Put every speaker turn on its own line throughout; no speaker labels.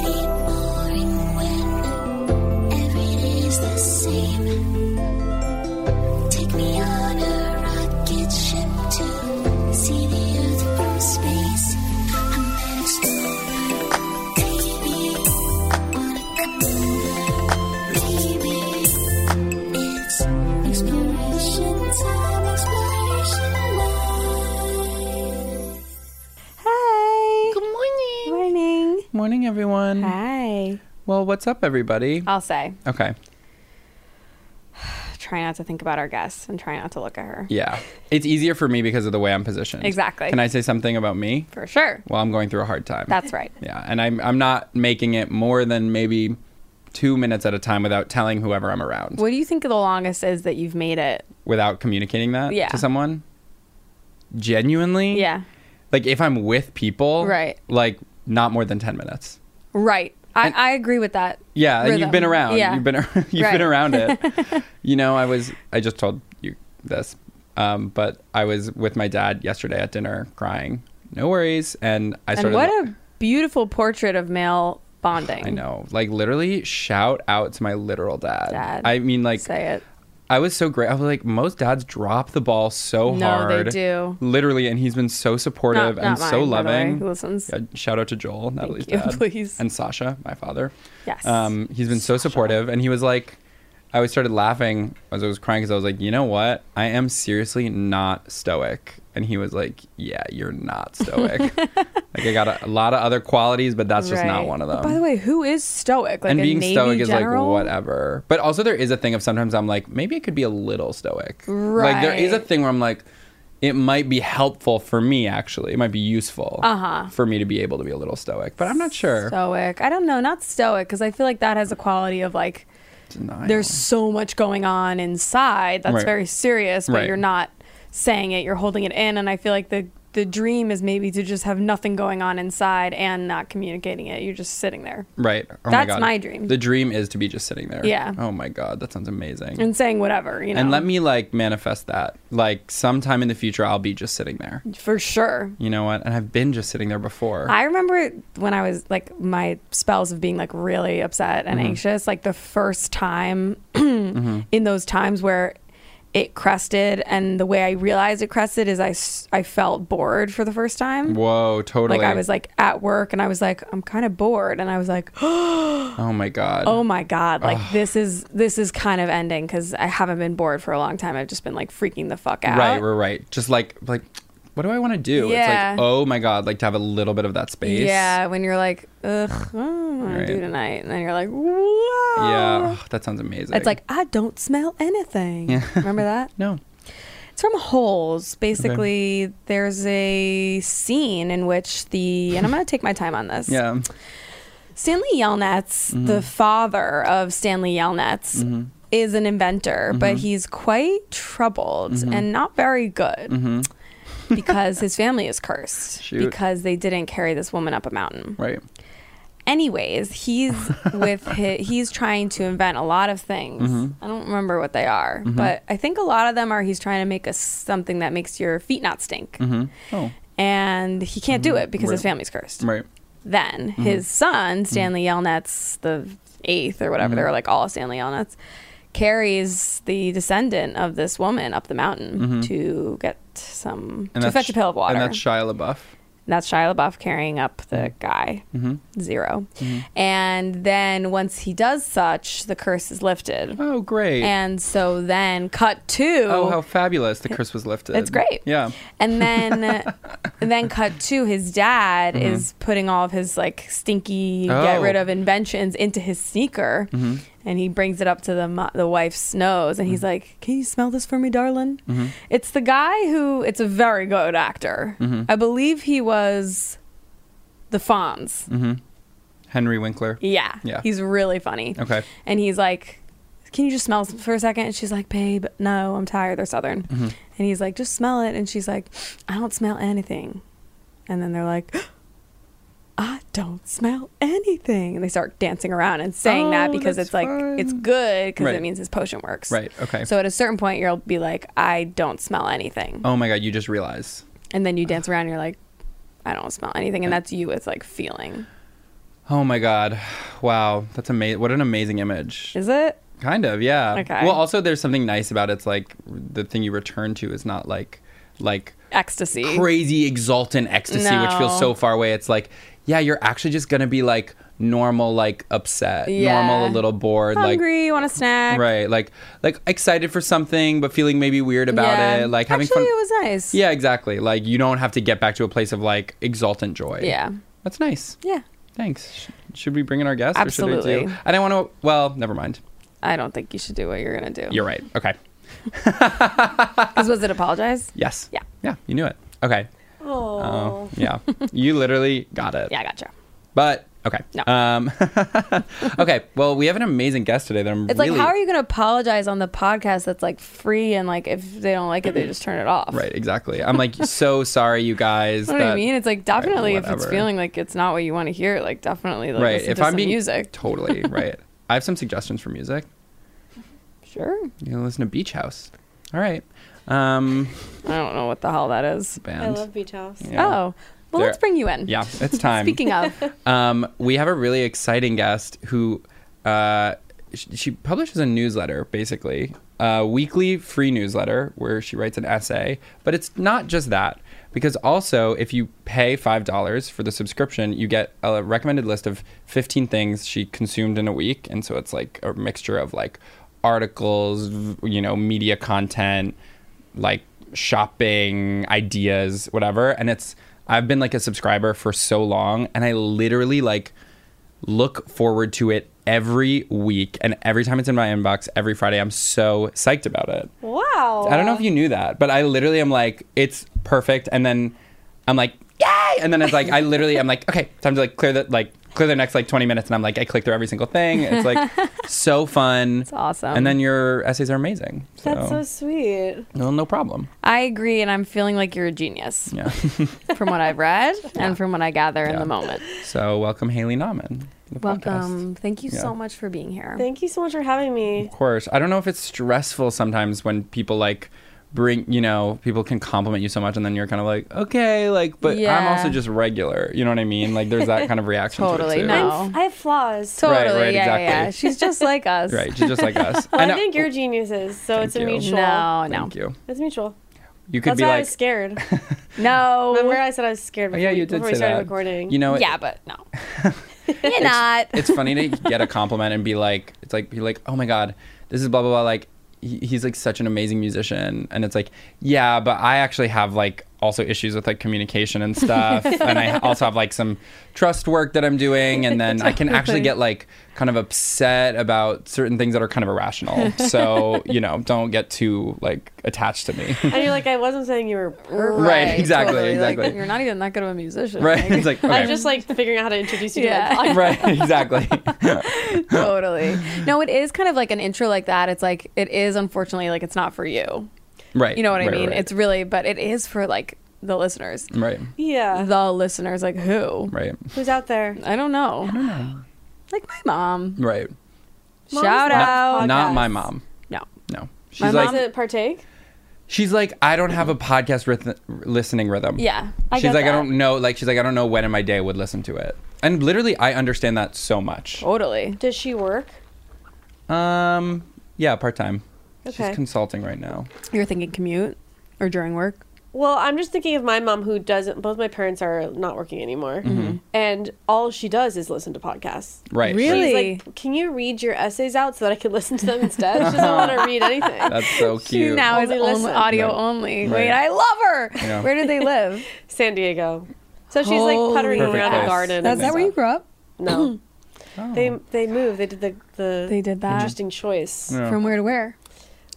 boring when every day's the same. Take me on a rocket ship to see the Earth from space. I'm an explorer, maybe. Wanna come over, maybe. It's exploration time, exploration life.
Hey.
Good morning.
morning.
Morning, everyone.
Hi.
Well, what's up, everybody?
I'll say.
okay.
Try not to think about our guests and try not to look at her.
Yeah. It's easier for me because of the way I'm positioned.
Exactly.
Can I say something about me?
For sure.
Well, I'm going through a hard time.
That's right.
Yeah. And I'm, I'm not making it more than maybe two minutes at a time without telling whoever I'm around,
What do you think the longest is that you've made it?
without communicating that
Yeah.
to someone. Genuinely?
Yeah.
Like if I'm with people,
Right.
like not more than 10 minutes.
Right. I, I agree with that.
Yeah, and you've
rhythm.
been around.
Yeah.
You've been you've
Right.
been around it. you know, I was I just told you this. Um, but I was with my dad yesterday at dinner crying. No worries. And I
and
started
what a beautiful portrait of male bonding.
I know. Like literally shout out to my literal dad.
Dad.
I mean like
Say it.
I was so great. I was like, most dads drop the ball so
No, they
hard.
do.
Literally, and he's been so supportive
Not-
and
not
so
mine, by the way,
loving.
who listens.
Yeah, shout out to Joel, Natalie's
you,
dad,
please.
and Sasha, my father.
Yes.
Um, he's been so supportive, and he was like, I always started laughing as I was crying because I was like, you know what? I am seriously not stoic. And he was like, yeah, you're not stoic. like I got a, a lot of other qualities, but that's just not
Right.
one of them
But by the way, who is stoic? Like
and
a
being
Navy
stoic is
general?
like whatever. But also there is a thing of sometimes I'm like maybe I could be a little stoic. Like there is a
Right.
thing where I'm like it might be helpful for me actually. It might be useful
Uh-huh.
for me to be able to be a little stoic. But I'm not sure.
Stoic. I don't know. Not stoic because I feel like that has a quality of like
Denial.
there's so much going on inside that's
Right.
very serious, but
Right.
you're not saying it, you're holding it in. And I feel like the the dream is maybe to just have nothing going on inside and not communicating it. You're just sitting there
right. Oh
That's
my, God.
my dream.
The dream is to be just sitting there.
Yeah.
Oh my god, that sounds amazing.
and saying whatever, you know.
and let me like manifest that. Like sometime in the future I'll be just sitting there.
for sure.
You know what? And I've been just sitting there before.
I remember it when I was like my spells of being like really upset
Mm-hmm.
and anxious, like the first time in those times where it crested and the way I realized it crested is I, s- I felt bored for the first time.
Whoa, totally.
Like I was like at work and I was like, I'm kind of bored. And I was like,
oh my god.
oh my God, like this is, this is kind of ending because I haven't been bored for a long time. I've just been like freaking the fuck out.
Right, right, right. Just like like what do I want to do?
Yeah.
It's like, oh my god, like to have a little bit of that space.
Yeah. When you're like, ugh, I don't know what to do
Right.
tonight. And then you're like, wow.
Yeah. Oh, that sounds amazing.
It's like I don't smell anything. Remember that?
no.
It's from Holes. Basically, there's a scene in which the and I'm going to take my time on this.
Yeah.
Stanley Yelnats, the father of Stanley Yelnats, is an inventor, but he's quite troubled and not very good because his family is cursed
Shoot.
because they didn't carry this woman up a mountain
Right.
anyways he's with his, he's trying to invent a lot of things i don't remember what they are but i think a lot of them are he's trying to make us something that makes your feet not stink
Oh.
and he can't do it because his
Right.
family's cursed
Right.
then
Mm-hmm.
his son stanley yelnats the eighth or whatever they
Mm-hmm.
were like all stanley yelnats carries the descendant of this woman up the mountain to get some to fetch a
Sh-
pail of water
Mm-hmm. And that's Mm-hmm. Shia LaBeouf.
that's Shia LaBeouf carrying up the guy,
Mm-hmm.
0 And then once he does such, the curse is lifted.
Oh great.
And so then cut two.
oh how fabulous. The curse was lifted.
It's great.
Yeah.
And then And then cut to his dad is putting all of his like stinky
Mm-hmm. Oh. Mm-hmm.
get rid of inventions into his sneaker, and he brings it up to the mo- the wife's nose, and he's like, "Can you smell this for me, darling?"
Mm-hmm.
It's the guy who it's a very good actor.
Mm-hmm.
I believe he was the Fonz.
Mm-hmm. Henry Winkler.
Yeah,
Yeah.
he's really funny.
Okay.
And he's like, Can you just smell some- for a second? And she's like, Babe, no, I'm tired. They're Southern.
Mm-hmm.
And he's like, Just smell it. And she's like, I don't smell anything. And then they're like, I don't smell anything. And they start dancing around and saying that
Oh,
because
that's
it's like, it's
fun.
good because
Right.
it means his potion works.
Right. Okay.
So at a certain point, you'll be like, I don't smell anything.
oh my god, you just realize.
And then you dance around and you're like, I don't smell anything. And that's you with like feeling.
Oh my god. Wow, that's amazing. What an amazing image.
Is it?
Kind of, yeah.
Okay.
Well, also there's something nice about it. it's like the thing you return to is not like like
Ecstasy.
crazy exultant ecstasy which feels
No.
so far away. It's like, yeah, you're actually just going to be like normal like upset,
Yeah.
normal a little bored like
Hungry, want a snack.
Right, like, like excited for something, but feeling maybe weird about
Yeah.
it, like having
Actually,
fun.
it was nice.
Yeah, exactly. Like you don't have to get back to a place of like exultant joy.
Yeah.
That's nice.
Yeah.
Thanks. Sh- should we bring in our guest? Or should I
Absolutely.
do? I don't want to. Well, never mind.
I don't think you should do what you're gonna do.
You're right. Okay.
Because was it apologize?
Yes.
Yeah.
Yeah. You knew it. Okay.
Oh.
Oh. yeah. You literally got it.
Yeah, I gotcha.
But okay.
No.
Um, okay. Well, we have an amazing guest today that I'm
It's
really.
like, how are you gonna apologize on the podcast that's like free and like if they don't like it, they just turn it off.
Right. Exactly. I'm like so sorry, you guys.
You know what I
that-
mean? It's like definitely if it's
whatever.
feeling like it's not what you want to hear, like definitely like
right.
listen
If
to
I'm
some
being
music.
totally right. I have some suggestions for music.
Sure.
You can listen to Beach House. All right. Um,
I don't know what the hell that is.
band.
I love beach house.
Yeah.
Oh. Well
There-
let's bring you in.
Yeah, it's time.
Speaking of
um, we have a really exciting guest who uh, sh- she publishes a newsletter, basically a weekly free newsletter where she writes an essay. But it's not just that, because also if you pay five dollars for the subscription, you get a recommended list of fifteen things she consumed in a week, and so it's like a mixture of like articles, v- you know, media content, like shopping ideas whatever and it's i've been like a subscriber for so long and i literally like look forward to it every week and every time it's in my inbox every friday i'm so psyched about it
Wow.
i don't know if you knew that but i literally am like it's perfect and then i'm like yay and then it's like i literally am like okay time to like clear the like clear the next like 20 minutes and i'm like i click through every single thing it's like so fun it's
awesome.
and then your essays are amazing
That's so sweet.
no, no problem
I agree and I'm feeling like you're a genius
yeah
from what I've read and from what I gather in the moment.
So welcome Haley Nauman. to the podcast.
Welcome. Thank you
Yeah.
so much for being here.
Thank you so much for having me.
Of course. I don't know if it's stressful sometimes when people like bring you know, people can compliment you so much and then you're kind of like, okay, like but I'm
Yeah.
also just regular. You know what I mean? Like there's that kind of reaction
Totally,
to it too.
no.
I'm, I have flaws.
Totally.
Right, right,
yeah, yeah.
exactly.
She's just like us.
Right, she's just like us.
Well, I,
know-
think you're geniuses, so it's a
you.
mutual.
No, no,
Thank you.
It's mutual.
You could
That's
be
why I
like
was scared.
no.
Remember, I said I was scared
Oh,
before,
yeah, you
we-
did
before
say
we started
that.
recording.
You know, it-
yeah, but no. You're not.
it's funny to get a compliment and be like, it's like be like, oh my god, this is blah blah blah. Like he, he's like such an amazing musician, and it's like, yeah, but I actually have like also issues with like communication and stuff, and I also have like some trust work that I'm doing, and then I can actually get like kind of upset about certain things that are kind of irrational. So you know, don't get too like attached to me.
and you're like, I wasn't saying you were. Perfect.
Right, exactly, exactly.
Like, you're not even that good of a musician.
right? It's like okay.
I'm just like figuring out how to introduce you
Yeah.
to my podcast.
right, exactly.
totally. No, it is kind of like an intro like that. It's like it is unfortunately like it's not for you.
right.
You know what I
right,
mean?
Right.
It's really, but it is for like the listeners.
right.
Yeah.
The listeners, like who?
Right.
Who's out there?
I don't know. Like my mom.
Right.
Mom's
Shout
not-
out.
Podcast.
Not my mom.
No.
No. She's
My
like
mom-
Doesn't partake?
she's like I don't have a podcast rhythm, listening rhythm.
Yeah.
I
she's
get
like I
that.
don't know like she's like I don't know when in my day I would listen to it. And literally I understand that so much.
Totally.
Does she work?
Oh.
Um yeah, part-time.
Okay.
She's consulting right now.
You're thinking commute or during work?
Well, I'm just thinking of my mom who doesn't. Both my parents are not working anymore,
Mm-hmm.
and all she does is listen to podcasts.
Right.
Really?
She's like, "Can you read your essays out so that I can listen to them instead?" She doesn't want to read anything.
That's so
She
cute.
now is
Only
only
listen.
audio
Right.
only.
Right.
Wait, I love her.
Yeah.
Where do they live?
San Diego. So she's like puttering
Perfect
around
place.
a garden.
That's
and
that where you grew up?
No,
Oh.
they they moved. They did the the
They did that.
interesting choice.
Yeah.
From where to where?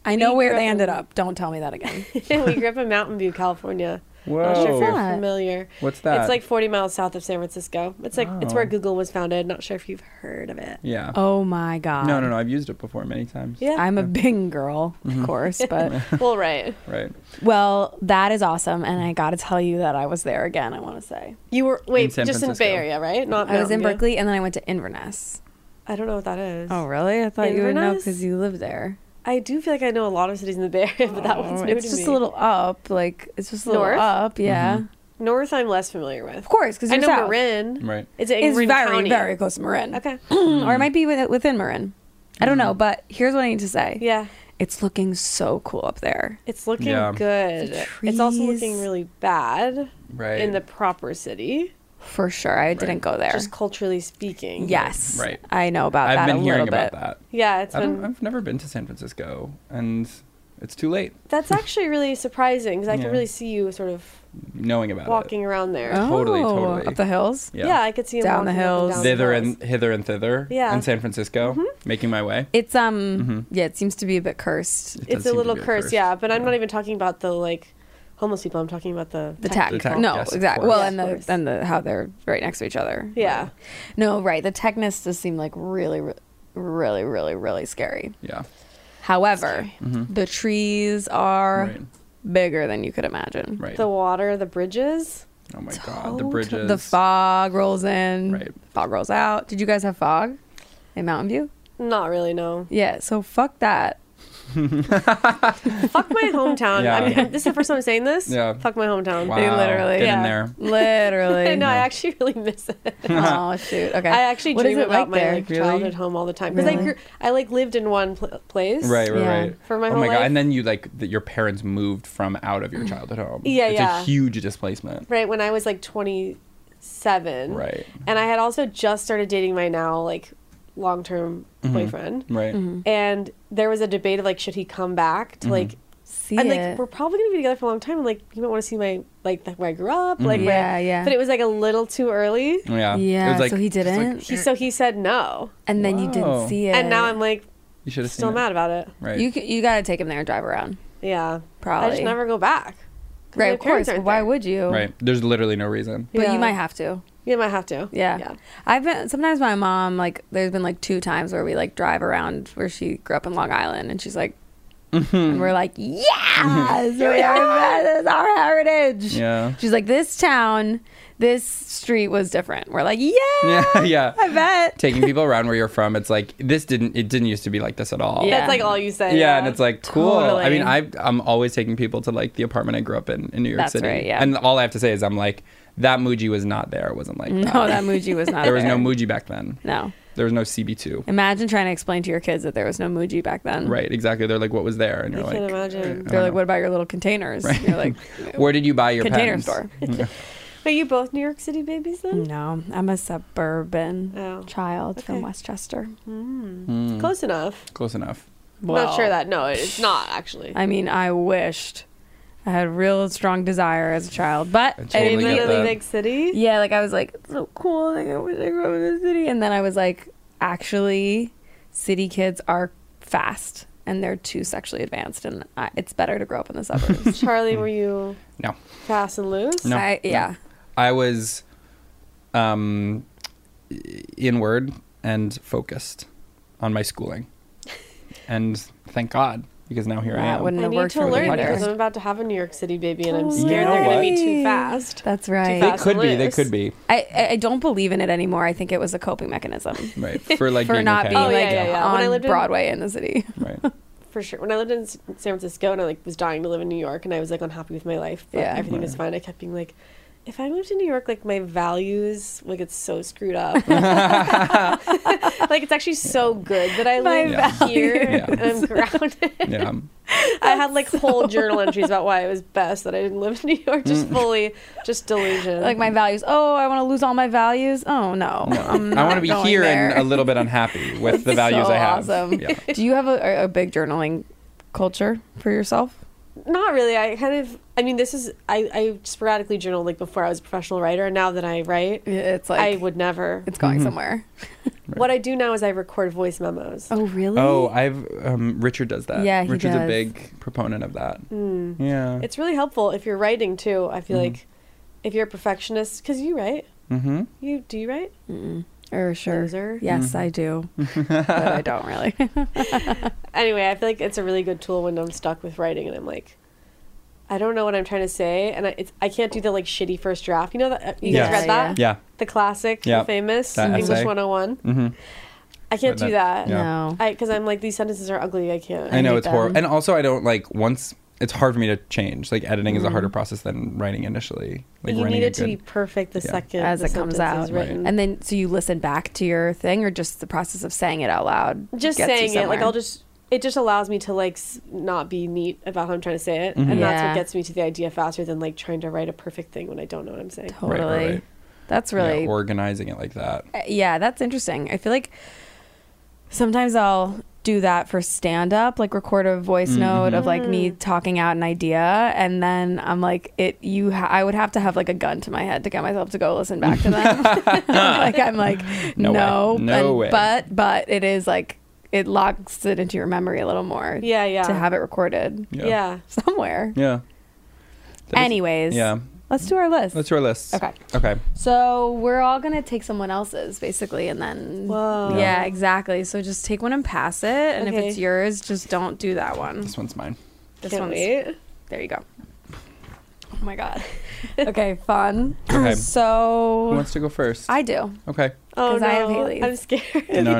I know
We
where
grew
they
up
ended
in-
up. Don't tell me that again.
we grew up in Mountain View, California. I'm not sure
Oh.
if
Whoa.
you're
that?
familiar.
What's that?
It's like 40 miles south of San Francisco. It's like it's
Oh.
where Google was founded. Not sure if you've heard of it.
yeah.
Oh my god.
No, no, no. I've used it before many times.
Yeah. Mm-hmm.
I'm a Bing girl, of course, but
well, right.
Right.
well, that is awesome, and I got to tell you that I was there again. I want to say
You were wait,
San
just in the
Francisco.
Bay Area, right? Not
I was
Mountain
in
View.
Berkeley, and then I went to Inverness.
I don't know what that is.
Oh, really? I thought
you would know 'cause
you lived there.
I do feel like I know a lot of cities in the Bay Area, but that one's new
Oh, it's
to
just
me.
a little up, like it's just a little
North?
up. Yeah,
Mm-hmm. north. I'm less familiar with.
of course, because
I
you're
know
south.
Marin.
Right.
It's, in
It's
Marin
very,
County.
very close to Marin.
Okay.
or
Mm.
it might be with, within Marin. I don't know, but here's what I need to say.
Yeah,
It's looking so cool up there.
it's looking
Yeah.
good.
The
It's also
trees.
looking really bad
Right.
in the proper city,
For sure. I didn't go there.
just culturally speaking.
yes.
Right.
I know about
I've
that
been
a
hearing
little
about
bit.
that.
Yeah, it's
I don't,
been.
I've never been to San Francisco, and it's too late
That's actually really surprising because I
Yeah. Uh,
can really see you sort of
knowing about
walking around there.
Oh,
Totally, totally.
Up the hills.
it.
yeah. I could see him
Down the
walking up
hills.
down the
Thither
hills.
and hither and thither
Yeah. Mm-hmm.
in San Francisco, making my way.
It's um
Mm-hmm.
yeah, it seems to be a bit cursed.
It does
it's a
seem to
little
be
curse, yeah. But I'm not even talking about the like homeless people. I'm talking about the
The tech.
The tech,
no,
yes, of
exactly.
course.
Well,
Yeah,
and
of
the
course.
and the how they're right next to each other.
Yeah.
No, right. The techness does seem like really re- really really really scary.
Yeah.
However, the trees are
Mm-hmm. Right.
bigger than you could imagine.
Right.
the water, the bridges.
oh my God. The bridges.
The fog rolls in.
Right.
Fog rolls out. Did you guys have fog in Mountain View?
Not really, no.
Yeah. So fuck that.
Fuck my hometown.
Yeah.
I mean, this is the first time I'm saying this.
Yeah.
Fuck my hometown.
Wow.
literally-
Get in
yeah.
there.
Literally.
I know. I actually really miss it.
oh shoot. Okay.
I actually
What is
dream
it
about
like
my
there?
like
Really?
childhood home all the time because
Really?
I grew, I like lived in one pl- place.
Right, right,
Yeah.
right.
For my
oh
whole
my god!
life. Mm.
And then you like that your parents moved from out of your childhood home.
Yeah,
it's
yeah.
a huge displacement.
Right when I was like 27.
Right.
And I had also just started dating my now like long term boyfriend,
Mm-hmm. Right.
Mm-hmm.
and there was a debate of like should he come back
Mm-hmm.
to like
See
and
it.
like we're probably gonna be together for a long time. And like you might want to see my like the- where I grew up. Like
Mm-hmm.
where-
Yeah, yeah.
But it was like a little too early.
Oh, Yeah. It
yeah.
was like,
so he
just, like,
didn't,
He, so he said no,
and then you didn't
Whoa.
see it.
and now I'm like
you should have
still
seen
mad
It.
about it.
Right.
You c- you gotta take him there and drive around.
Yeah, I
Probably.
just never go back. 'Cause
Right.
my
Of
parents
course.
aren't
Why
there.
would you?
right. There's literally no reason.
But
Yeah.
you might have to.
You might have to.
Yeah. I've been sometimes my mom like there's been like two times where we like drive around where she grew up in Long Island and she's like and we're like yes we are this is our heritage
Yeah.
she's like this town this street was different we're like yeah
Yeah. Yeah.
I bet
Taking people around where you're from, it's like this didn't. It didn't used to be like this at all.
Yeah.
That's like all you
Yeah,
say.
and it's like cool. I mean,
Totally.
I I'm always taking people to like the apartment I grew up in in New York
That's
City,
right, yeah.
and all I have to say is I'm like that Muji was not there. It wasn't like
no that Muji was not
There was no
Muji
Muji back then.
no
There was no CB2.
imagine trying to explain to your kids that there was no Muji back then
Right, exactly. They're like, what was there? And
I
you're
can't
like,
imagine.
they're like what about your little containers you're like
where did you buy your
container
pens?
store
Are you both New York City babies then?
no I'm a suburban
Oh.
child from
Okay.
Westchester
Hmm.
Close enough.
Close enough.
I'm not sure that. No, it's not actually.
I mean, I wished I had a real strong desire as a child, but
I
I
totally
in
didn't
get
really-
really
that.
big city.
yeah, like I was like it's so cool, like I wish I grew up in the city, and then I was like, actually, city kids are fast and they're too sexually advanced, and I, it's better to grow up in the suburbs.
Charlie, were you
No.
fast and loose?
No.
I, yeah,
I was um, inward and focused on my schooling. and thank God, because now here I
that
am.
wouldn't
I
have
need
worked
to
for me
learn
either.
because I'm about to have a New York City baby, and I'm
You
scared
know
they're going to be
what?
too fast.
That's
it
right.
fast.
could be. They
loose.
could be.
I, I- I don't believe in it anymore. I think it was a coping mechanism
Right. For like
for
being
not
okay.
being
Oh, yeah,
like
yeah, yeah.
on
When I lived in-
Broadway in the city.
Right.
For sure. When I lived in S- San Francisco and I like was dying to live in New York, and I was like unhappy with my life, but
Yeah.
everything was fine. I kept being like, if I moved to New York, like my values, like it's so screwed up. like it's actually so good that I
My
live
values.
here
Yeah.
and I'm grounded.
Yeah.
I had like whole journal entries about why it was best that I didn't live in New York. Just fully, just delusion.
Mm. Like my values. Oh, I want to lose all my values. Oh no, I'm
I want to
not
be
going
here
there.
and a little bit unhappy with the values
so
I have.
Awesome.
Yeah.
Do you have a, a- a big journaling culture for yourself?
not really. I kind of. I mean, this is. I, I sporadically journaled like before I was a professional writer, and now that I write,
It's like
I would never.
it's
Mm-hmm.
going somewhere.
What I do now is I record voice memos.
Oh really?
Oh, I've um, Richard does that.
Yeah, he
Richard's a
does. Hmm.
big proponent of that. Yeah.
It's really helpful if you're writing too. I feel like if you're a perfectionist, because you write,
mm-hmm.
you do you write?
or sure.
Loser.
Yes, I do, but I don't really.
Anyway, I feel like it's a really good tool when I'm stuck with writing and I'm like, I don't know what I'm trying to say, and I, it's I can't do the like shitty first draft. You know that uh, you
Yeah.
guys read that?
Yeah.
The classic,
Yeah.
the famous
That
English
essay.
101.
Mm-hmm.
I can't
But
do
that-
that.
Yeah.
No.
I because I'm like these sentences are ugly. I can't.
I know
hate
it's horrible.
them.
And also, I don't like once it's hard for me to change. Like editing is a
Mm-hmm.
harder process than writing initially. Like
you
writing
need
a
it to
good-
be perfect the
Yeah.
second
As
the
it comes
sentence
out,
is written.
and then so you listen back to your thing, or just the process of saying it out loud.
just
gets you
saying it like
somewhere?
i'll just it just allows me to like s- not be neat about how i'm trying to say it
Mm-hmm.
and that's
Yeah.
what gets me to the idea faster than like trying to write a perfect thing when i don't know what i'm saying
Right,
totally.
right, right.
That's
Yeah,
really
organizing it like that.
Uh, yeah that's interesting i feel like sometimes i'll do that for stand up like record a voice
Mm-hmm.
note of like me
Mm.
talking out an idea and then i'm like it you ha- i would have to have like a gun to my head to get myself to go listen back to them like i'm like
No
no,
way. No
and-
way.
but but it is like it locks it into your memory a little more
yeah yeah
to have it recorded
yeah,
Yeah. Yeah.
somewhere
That is-
anyways
yeah.
let's do our list
Let's do our list.
Okay.
Okay.
so we're all gonna take someone else's basically, and then
Whoa.
yeah, exactly. So just take one and pass it, and if
Okay.
it's yours, just don't do that one.
This one's mine.
This
Can't
one's
wait.
there. You go. Oh my god. okay, fun.
Okay. Who
So
wants to go first?
I do.
okay.
oh
'Cause I have
no,
Haley's.
i'm scared
No, no.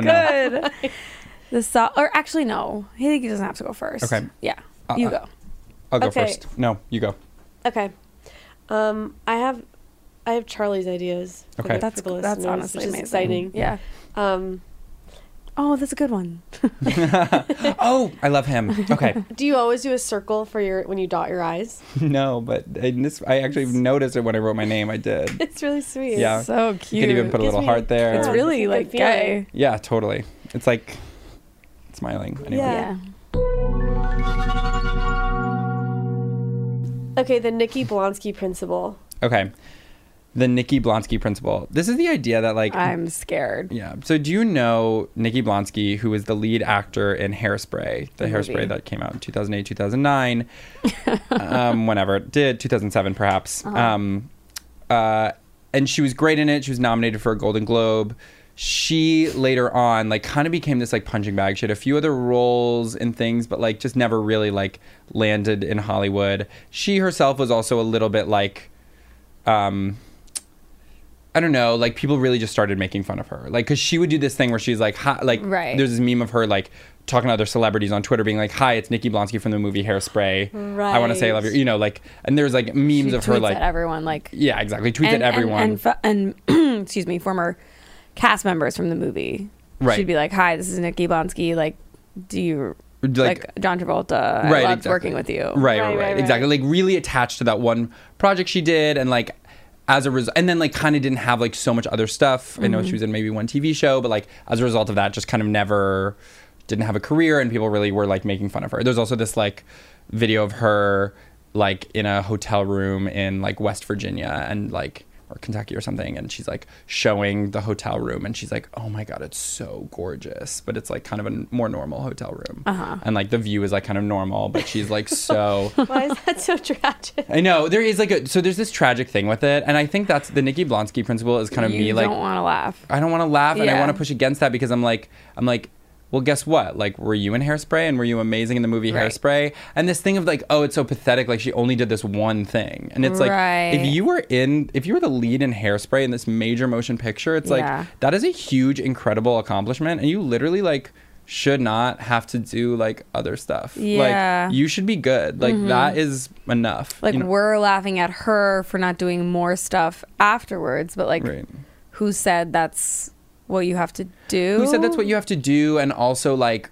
Good. the so- or actually no, Haley doesn't have to go first.
Okay.
Yeah,
Uh,
you
uh.
go.
I'll go
Okay.
first. No, you go.
okay um i have i have charlie's ideas for
Okay.
the-
That's
for the
that's
listeners,
honestly
which is
amazing.
exciting
Yeah.
um
Oh, that's a good one.
Oh, I love him. Okay.
do you always do a circle for your when you dot your eyes
no, but I, this, I actually noticed it when I wrote my name. I did.
it's really sweet
Yeah.
So
You
cute.
could even put a
Gives
little
me-
heart there.
it's
Yeah.
really
It's a good
like gay.
Yeah, totally. It's like smiling. Anyway.
Yeah.
Yeah.
okay the nikki blonsky principle
Okay. The Nikki Blonsky principle. This is the idea that like
I'm scared.
yeah. So do you know Nikki Blonsky, who was the lead actor in Hairspray, the Hairspray
movie.
that came out in 2008, 2009, um, whenever it did, 2007 perhaps. Um, uh, and she was great in it. She was nominated for a Golden Globe. She later on like kind of became this like punching bag. She had a few other roles and things, but like just never really like landed in Hollywood. She herself was also a little bit like um I don't know, like people really just started making fun of her. Like cuz she would do this thing where she's like hi, like
Right.
there's this meme of her like talking to other celebrities on Twitter being like, "Hi, it's Nikki Blonsky from the movie Hairspray. I want to say I love you."
Right.
You know, like and there's like memes
She
of her
tweets
like
at everyone like
Yeah, exactly. Tweets at everyone.
And, fo- and, excuse me, former cast members from the movie.
Right.
She'd be like, "Hi, this is Nikki Blonsky. Like, do you
Like-
like, John Travolta? I
Right,
loved
exactly.
working with you.
Right, right,
Right,
right,
right, right.
Exactly. Like really attached to that one project she did and like as a result and then like kind of didn't have like so much other stuff. I know she was in maybe one TV show, but like as a result of that just kind of never didn't have a career and people really were like making fun of her. There's also this like video of her like in a hotel room in like West Virginia and like or Kentucky or something and she's like showing the hotel room and she's like, "Oh my god, it's so gorgeous." But it's like kind of a n- more normal hotel room. And like the view is like kind of normal, but she's like so
why is that so tragic
I know there is like a so there's this tragic thing with it, and I think that's the Nikki Blonsky principle is kind of
you
me like
don't want to laugh.
I don't want to laugh and I
Yeah.
want to push against that because I'm like I'm like well guess what like were you in Hairspray and were you amazing in the movie
Right.
Hairspray and this thing of like oh it's so pathetic like she only did this one thing and it's like if
Right.
you were in if you were the lead in Hairspray in this major motion picture it's
Yeah.
like that is a huge incredible accomplishment and you literally like should not have to do like other stuff.
Yeah. Mm-hmm.
Like you should be good. Like that is enough.
Like
you know?
we're laughing at her for not doing more stuff afterwards, but like
Right.
who said that's what you have to do?
Who said that's what
Oh.
you have to do? And also like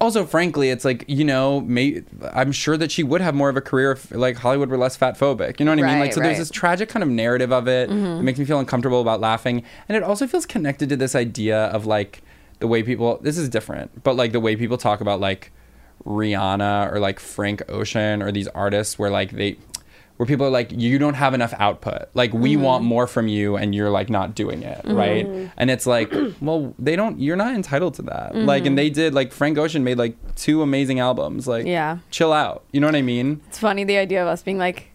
also frankly it's like you know may, i'm sure that she would have more of a career if like hollywood were less fat phobic you know what i mean like
Right,
so
right.
there's this tragic kind of narrative of it that makes me feel uncomfortable about laughing and it also feels connected to this idea of like the way people this is different but like the way people talk about like rihanna or like frank ocean or these artists where like they where people are like you don't have enough output like we want more from you and you're like not doing it right and it's like well they don't you're not entitled to that like and they did like frank ocean made like two amazing albums like
Yeah.
chill out you know what i mean
It's funny the idea of us being like,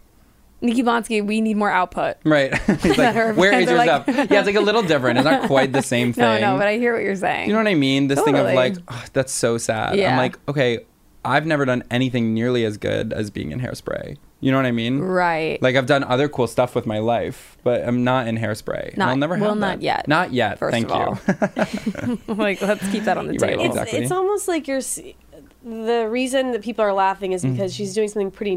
Nikki Blonsky, we need more output.
right It's like,
her
where
fans
is
are
your
like-
stuff yeah it's like a little different it's not quite the same thing
No, no, but I hear what you're saying.
You know what I mean? This thing of
Totally.
like, "Ugh, that's so sad.
Yeah.
I'm like, okay, I've never done anything nearly as good as being in hairspray. You know what I mean?
Right.
Like I've done other cool stuff with my life, but I'm not in hairspray. And
Not-
I'll never have
well,
that.
not yet,
Not yet.
first
thank
of all.
you.
like let's keep that on the
Right,
table.
It's,
Exactly.
it's almost like you're. s- The reason that people are laughing is because she's doing something pretty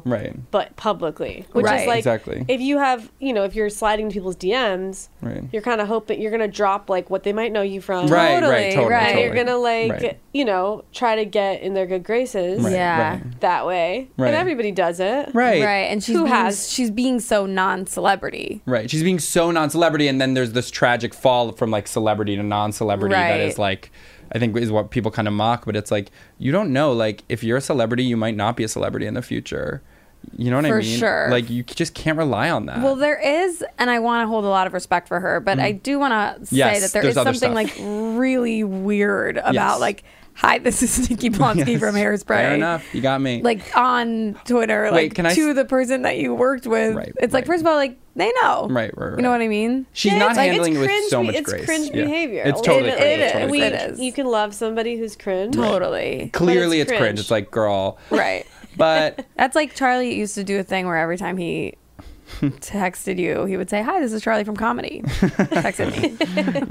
Mm-hmm. Right.
But publicly, which
Right.
is like
Exactly.
if you have, you know, if you're sliding to people's DMs,
Right.
you're kind of hoping you're gonna drop like what they might know you from,
right,
Totally,
right, totally.
right.
And
totally.
you're gonna like,
Right.
you know, try to get in their good graces
Right,
Yeah.
Right.
that way,
Right.
and everybody does it,
Right.
Right, and she's
Who
being,
has-
she's being so non-celebrity.
Right. She's being so non celebrity, and then there's this tragic fall from like celebrity to non celebrity that
Right.
is like, I think is what people kind of mock, but it's like, you don't know. Like, if you're a celebrity, you might not be a celebrity in the future. You know what I
For
mean?
sure.
Like, you just can't rely on that.
Well, there is, and I want to hold a lot of respect for her, but I do want to say
Mm. Yes,
that there is
there's other
something like
stuff.
really weird about
Yes.
like, hi, this is Nikki Blonsky
Yes.
from Hairspray.
Fair enough. You got me.
Like on Twitter, like
Wait, can I
to
s-
the person that you worked with.
Right,
it's like
right.
first of all, like they know.
Right, right, right.
You know what I mean?
she's
Yeah,
not
it's like-
handling
it's
it with so
cringe-
much
it's
grace.
cringe
Yeah.
behavior.
It's totally
It-
cringe.
it
It's totally
is.
We,
cringe.
It is.
You can love somebody who's cringe.
Totally.
Clearly,
it's
it's cringe.
cringe.
It's like, girl.
Right.
But
That's like Charlie used to do a thing where every time he texted you, he would say, "Hi, this is Charlie from comedy." texted me,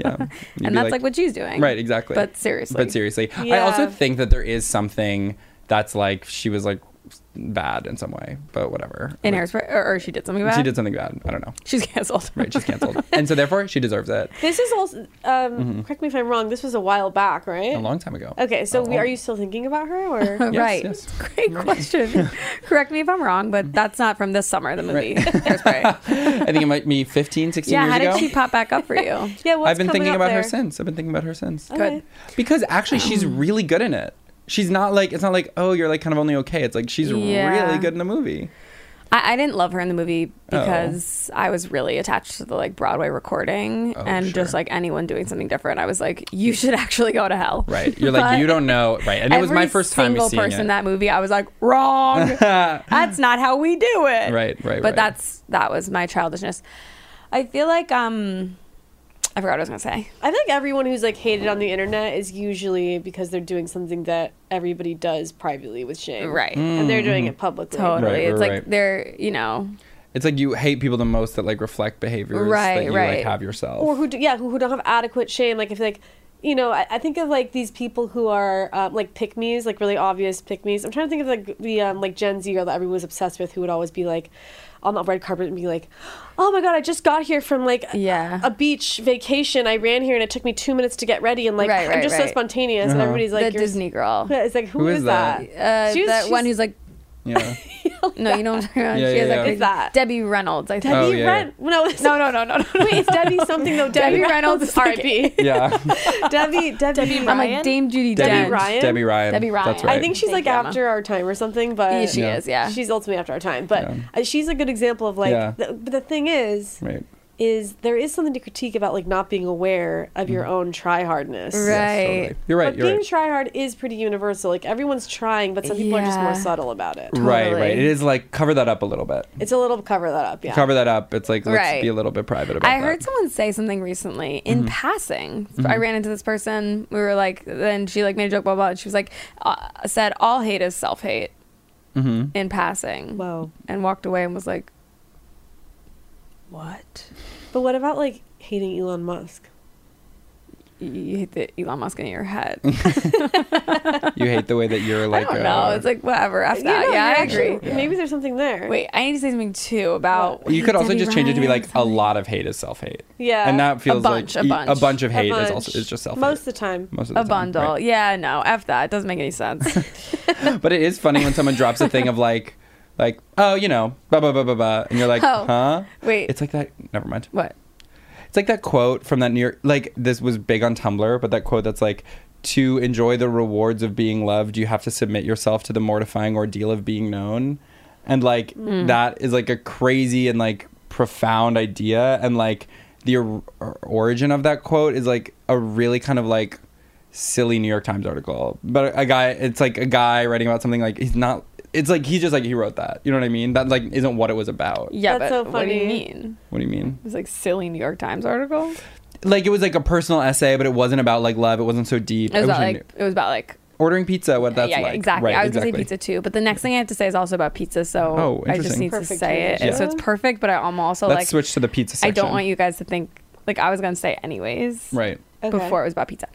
yeah, You'd be
and that's like, what she's doing,
Right, exactly.
But seriously,
But seriously, I
Yeah.
also think that there is something that's like she was like bad in some way, but whatever.
in
Like,
hairspray, or, or she did something bad.
she did something bad. I don't know.
She's canceled.
Right, she's canceled, and so therefore she deserves it.
This is also. Um, Correct me if I'm wrong. This was a while back, right?
Mm-hmm. A long Oh. time ago.
Okay, so
A
we,
long-
are you still thinking about her, or
Yes,
right.
yes.
Great question. Correct me if I'm wrong, but that's not from this summer. The movie Hairspray.
I think it might be 15, 16
yeah.
years
How did
ago.
she pop back up for you?
yeah? What's
I've been
coming
thinking
up
about
there?
her since. I've been thinking about her since.
Okay.
Because actually, she's really good in it. She's not like it's not like oh you're like kind of only okay. It's like she's
Yeah.
really good in the movie.
I, I didn't love her in the movie
Oh.
because I was really attached to the like Broadway recording
Oh,
and just
sure.
like anyone doing something different. I was like, you should actually go to hell.
Right. You're like
But
you don't know. Right. And it was my
every
first time
single
seeing
person
it.
in that movie, I was like, wrong. that's not how we do it.
Right,
But
right, right.
that's that was my childishness. I feel like um, I forgot what I was gonna say.
I think everyone who's like hated on the internet is usually because they're doing something that everybody does privately with shame,
Right.
Mm-hmm.
And they're doing it publicly.
Totally.
Right,
Oh, it's
right,
like
right.
they're you know
It's like you hate people the most that like reflect behaviors
Right,
that you
right.
like have yourself.
or who do, yeah who, who don't have adequate shame like if like you know I, I think of like these people who are um, like pick me's like really obvious pick me's i'm trying to think of like the um, like gen z girl that everyone was obsessed with who would always be like on the red carpet and be like oh my god i just got here from like a-
Yeah.
a, beach vacation i ran here and it took me two minutes to get ready and like
Right,
i'm
right,
just so
right.
spontaneous and everybody's like
the
you're s-
Disney girl.
Yeah, it's like who,
Uh-huh. Who
is,
is
that,
Uh,
She was-
that one
she's-
who's like,
yeah.
no, you know what I'm talking about.
Yeah,
she has
yeah,
like
yeah.
a-
That.
Debbie Reynolds. I think.
Oh,
debbie
yeah, yeah.
Ren- no it's
No, no, no, no, no. no.
wait it's debbie something though debbie,
Debbie Reynolds
reynolds,
is like-
rip
Yeah.
debbie debbie
I'm like
Ryan?
Dame Judy
Debbie
Dench.
Ryan?
Debbie Ryan.
Debbie Ryan.
That's
I
right.
I think she's
Thank
like
you, Emma.
after our time or something, but
Yeah, she
Yeah.
is. Yeah.
she's ultimately after our time. But
Yeah.
uh, she's a good example of like.
Yeah.
The, but the thing is,
Right.
is there is something to critique about like not being aware of your own try hardness.
Right.
Totally. Mm. You're right.
But
You're
being
right.
try hard is pretty universal. Like everyone's trying, but some people are just
Yeah.
more subtle about it.
Right. Right.
Totally.
It is like cover that up a little bit.
It's a little cover that up. Yeah.
Cover that up. It's like let's
Right.
be a little bit private about
I
that.
heard someone say something recently in
Mm-hmm.
passing. I ran into this person. We were like, then she like made a joke, blah blah. And she was like, uh, said all hate is self hate
Mhm.
in passing,
Whoa.
and walked away and was like, what?
But what about like hating Elon Musk?
you hit the Elon Musk in your head.
Oh You hate the way that you're
I
like.
don't know.
uh,
It's like whatever. F
You
that.
know,
yeah, I
you're
agree.
actually- Maybe there's something there.
Wait, I need to say something too about
you could also
Debbie
just change it to be
Ryan.
like a lot of hate is self hate.
Yeah.
and that feels
bunch,
like
a
e-
bunch.
a bunch of
A
hate is
bunch.
also is just self hate.
Most of the time.
Most of the
a
time,
bundle.
right.
Yeah, no, f that. It doesn't make any sense.
But it is funny when someone drops a thing of like, like, oh, you know, blah blah blah blah blah, and you're like,
Oh.
huh?
Wait.
It's like that. Never mind.
what?
It's like that quote from that New York. Like this was big on Tumblr, but that quote that's like, to enjoy the rewards of being loved, you have to submit yourself to the mortifying ordeal of being known, and like that is like a crazy and like profound idea, and like the or- origin of that quote is like a really kind of like silly New York Times article. But a guy, it's like a guy writing about something like he's not. It's like he's just like he wrote that. You know what I mean? That like isn't what it was about.
Yeah,
That's
but
so
what do you
funny.
mean?
What do you mean?
It's like silly New York Times article.
like it was like a personal essay, but it wasn't about like love. It wasn't so deep.
It was
I wish
about
I
like
knew.
it was about like
ordering pizza. What that's
yeah, yeah,
like.
exactly.
Right,
I was
exactly.
gonna say pizza too, but the next thing I have to say is also about pizza, so
Oh,
I just
interesting.
need to
Perfect
say it.
transition.
So it's perfect, but I'm also
Let's
like
switch to the
I
pizza section.
don't want you guys to think like I was gonna say anyways.
Right.
Okay.
Before it was about pizza.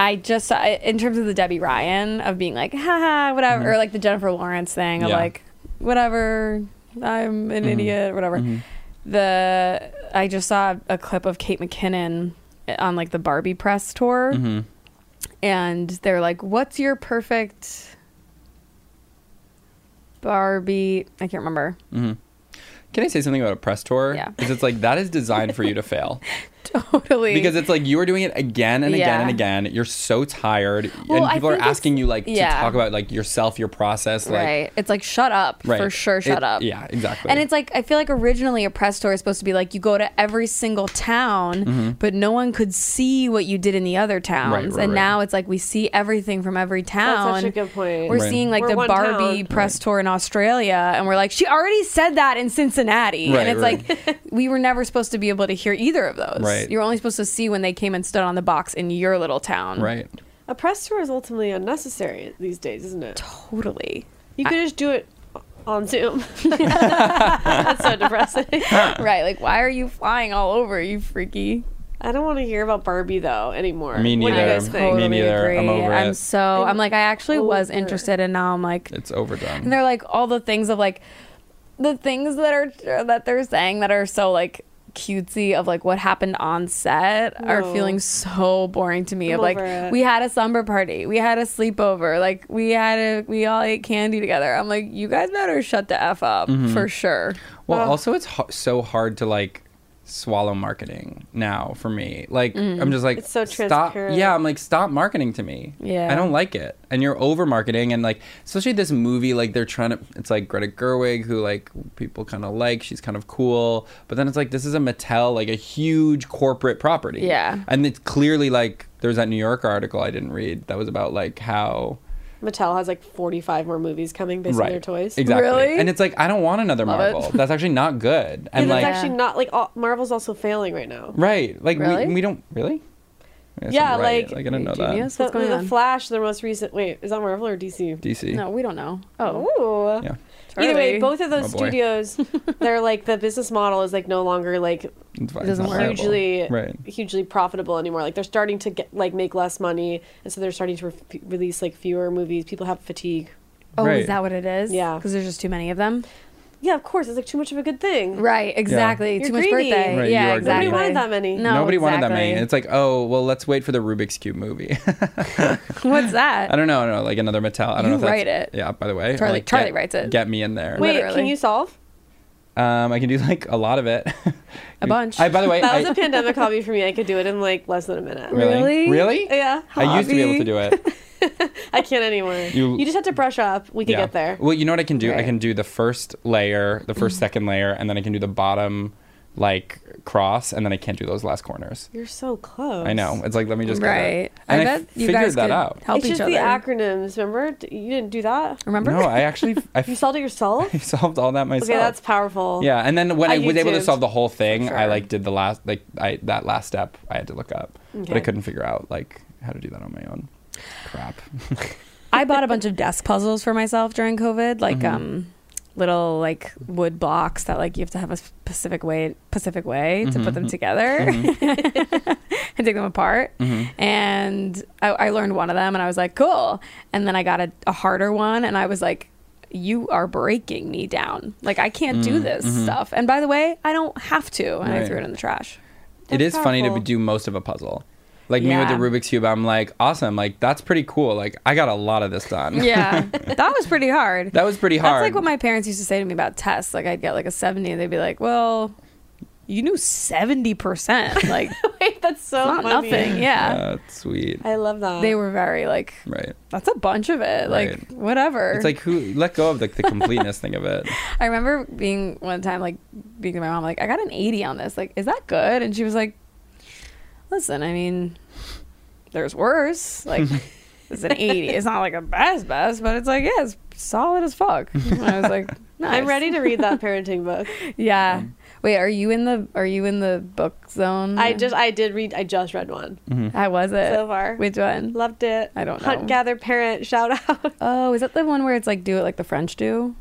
I just I, in terms of the Debbie Ryan of being like haha whatever or like the Jennifer Lawrence thing of
Mm-hmm. Yeah. Mm-hmm.
like whatever I'm an idiot whatever. The I just saw a clip of Kate McKinnon eh, on like the Barbie press tour
Mhm.
and they're like, "What's your perfect Barbie?" I can't remember.
Can I say something about a press tour?
Yeah.
Because it's like that is designed for you to fail.
Totally,
Because it's like you are doing it again and again
Yeah.
and again. You're so tired,
Well,
and
I
people are
think it's-
asking you like to
yeah.
talk about like yourself, your process, like
right. It's like, shut up
right.
for sure.
It-
Shut up.
Yeah, exactly.
And it's like I feel like originally a press tour is supposed to be like you go to every single town, but no one could see what you did in the other towns.
Mm-hmm. Right, right,
and
right.
now it's like we see everything from every town.
That's such a good point.
We're
Right.
seeing like
We're
the
one
Barbie
town.
press tour in Australia, and we're like, she already said that in Cincinnati,
Right,
and it's
right.
like we were never supposed to be able to hear either of those.
Right.
You're only supposed to see when they came and stood on the box in your little town.
right.
a press tour is ultimately unnecessary these days, isn't it?
Totally.
You could just do it on Zoom. That's so depressing.
right. Like, why are you flying all over, you freaky?
I don't want to hear about Barbie though anymore.
Me
What do you
neither.
guys think?
Me neither. I'm over
I'm
it.
so. I'm like, I actually was
over it.
interested, and now I'm like,
It's overdone.
And they're like all the things of like the things that are that they're saying that are so like cutesy of like what happened on set are
No.
feeling so boring to me
I'm
of like
over it.
we had a slumber party we had a sleepover like we had a we all ate candy together i'm like you guys better shut the f up
Mm-hmm.
for sure
Well,
Oh.
also it's ho- so hard to like swallow marketing now for me. Like
Mm.
I'm just like
It's so
stop.
transparent.
Yeah, I'm like stop marketing to me.
Yeah.
I don't like it. And you're over marketing and like especially this movie like they're trying to it's like Greta Gerwig who like people kind of like, she's kind of cool, but then it's like this is a Mattel like a huge corporate property.
Yeah.
And it's clearly like there's that New York article I didn't read that was about like how
Mattel has like 45 more movies coming based on their toys.
Exactly.
Really?
And it's like I don't want another
Love it.
Marvel. That's actually not good.
And
And like
it's actually not like all, Marvel's also failing right now.
Right. Like
Really?
we, we don't really. I guess
Yeah,
I'm right.
like-
I didn't know
Genius.
So
What's going
the
on?
Flash, their most recent. Wait, is that Marvel or DC?
that. DC.
no we don't know oh
Ooh.
Yeah.
Charlie.
Either way, both of
Oh,
those
boy.
studios, they're like the business model is like no longer like
It's fine. It's
doesn't
not
work.
viable.
hugely
Right.
hugely profitable anymore. Like they're starting to get like make less money, and so they're starting to re- release like fewer movies. People have fatigue.
oh
Right.
is that what it is
Yeah.
because there's just too many of them
Yeah, of course, it's like too much of a good thing.
right exactly
You're
too much
greedy.
birthday
Right, you
yeah
are greedy.
exactly
Nobody
wanted that many.
no
Nobody wanted that
exactly.
many. And it's like, oh, well, let's wait for the Rubik's Cube movie.
what's that
I don't know. I don't know. Like another Mattel. I don't
You
know if that's,
write it.
Yeah, by the way. Or,
Charlie-
like,
Charlie
get-
writes it.
Get me in there.
Wait, can
Literally.
you solve?
Um, I can do like a lot of it.
A bunch.
I, by the way,
That was
I,
a pandemic hobby for me. I could do it in like less than a minute.
Really?
Really? Really?
Yeah,
I used to be able
Hobby.
to do it.
I can't anymore. You,
You-
just have to brush up. We could get there.
Well, you know what I can do? I
Right.
can do the first layer, the first second layer, and then I can do the bottom like cross, and then I can't do those last corners.
You're so close.
I know. It's like let me just get it.
right.
And I,
bet
f-
you
figured
guys
that
could
out.
Help
it's
each
just
other.
the acronyms. Remember, D- you didn't do that.
Remember?
No, I actually I
You solved it yourself. okay,
solved all that myself.
that's powerful.
yeah, and then when
I
I, was able to
YouTubed.
solve the whole thing, I
Sure.
like did the last like I that last step I had to look up, but I
Okay.
couldn't figure out like how to do that on my own. Crap.
I bought a bunch of desk puzzles for myself during COVID, like um, little like wood blocks that like you have to have a specific way Pacific way to put them together and take them apart. And I, I learned one of them, and I was like, cool. And then I got a, a harder one, and I was like. You are breaking me down. Like I can't do this stuff. And by the way, I don't have to. And I
Right.
threw it in the trash.
it is funny to
powerful.
do most of a puzzle. Like me
Yeah.
with the Rubik's cube, I'm like, awesome. Like that's pretty cool. Like I got a lot of this done.
Yeah, that was pretty hard.
That was pretty hard.
That's like what my parents used to say to me about tests. Like I'd get like a seventy, and they'd be like, "Well, you knew seventy percent. Like
Wait, that's so
not
funny.
nothing." Yeah,
Uh, that's sweet.
I love that.
they were very like,
Right.
"That's a bunch of it. Like
Right.
whatever."
It's like who let go of like the completeness thing of it.
I remember being one time like being to my mom like, "I got an eighty on this. Like, is that good?" And she was like, "Listen, I mean, there's worse. Like." It's an 80. It's not like a best best, but it's like, yeah, it's solid as fuck. And I was like,
I'm
nice.
ready to read that parenting book.
Yeah.
Um,
Wait, are you in the are you in the book zone?
I just I did read I just read one.
Mm-hmm.
I was it
So far.
Which one?
Loved it.
I don't know.
Hunt gather parent shout out.
Oh, is that the one where it's like do it like the French do?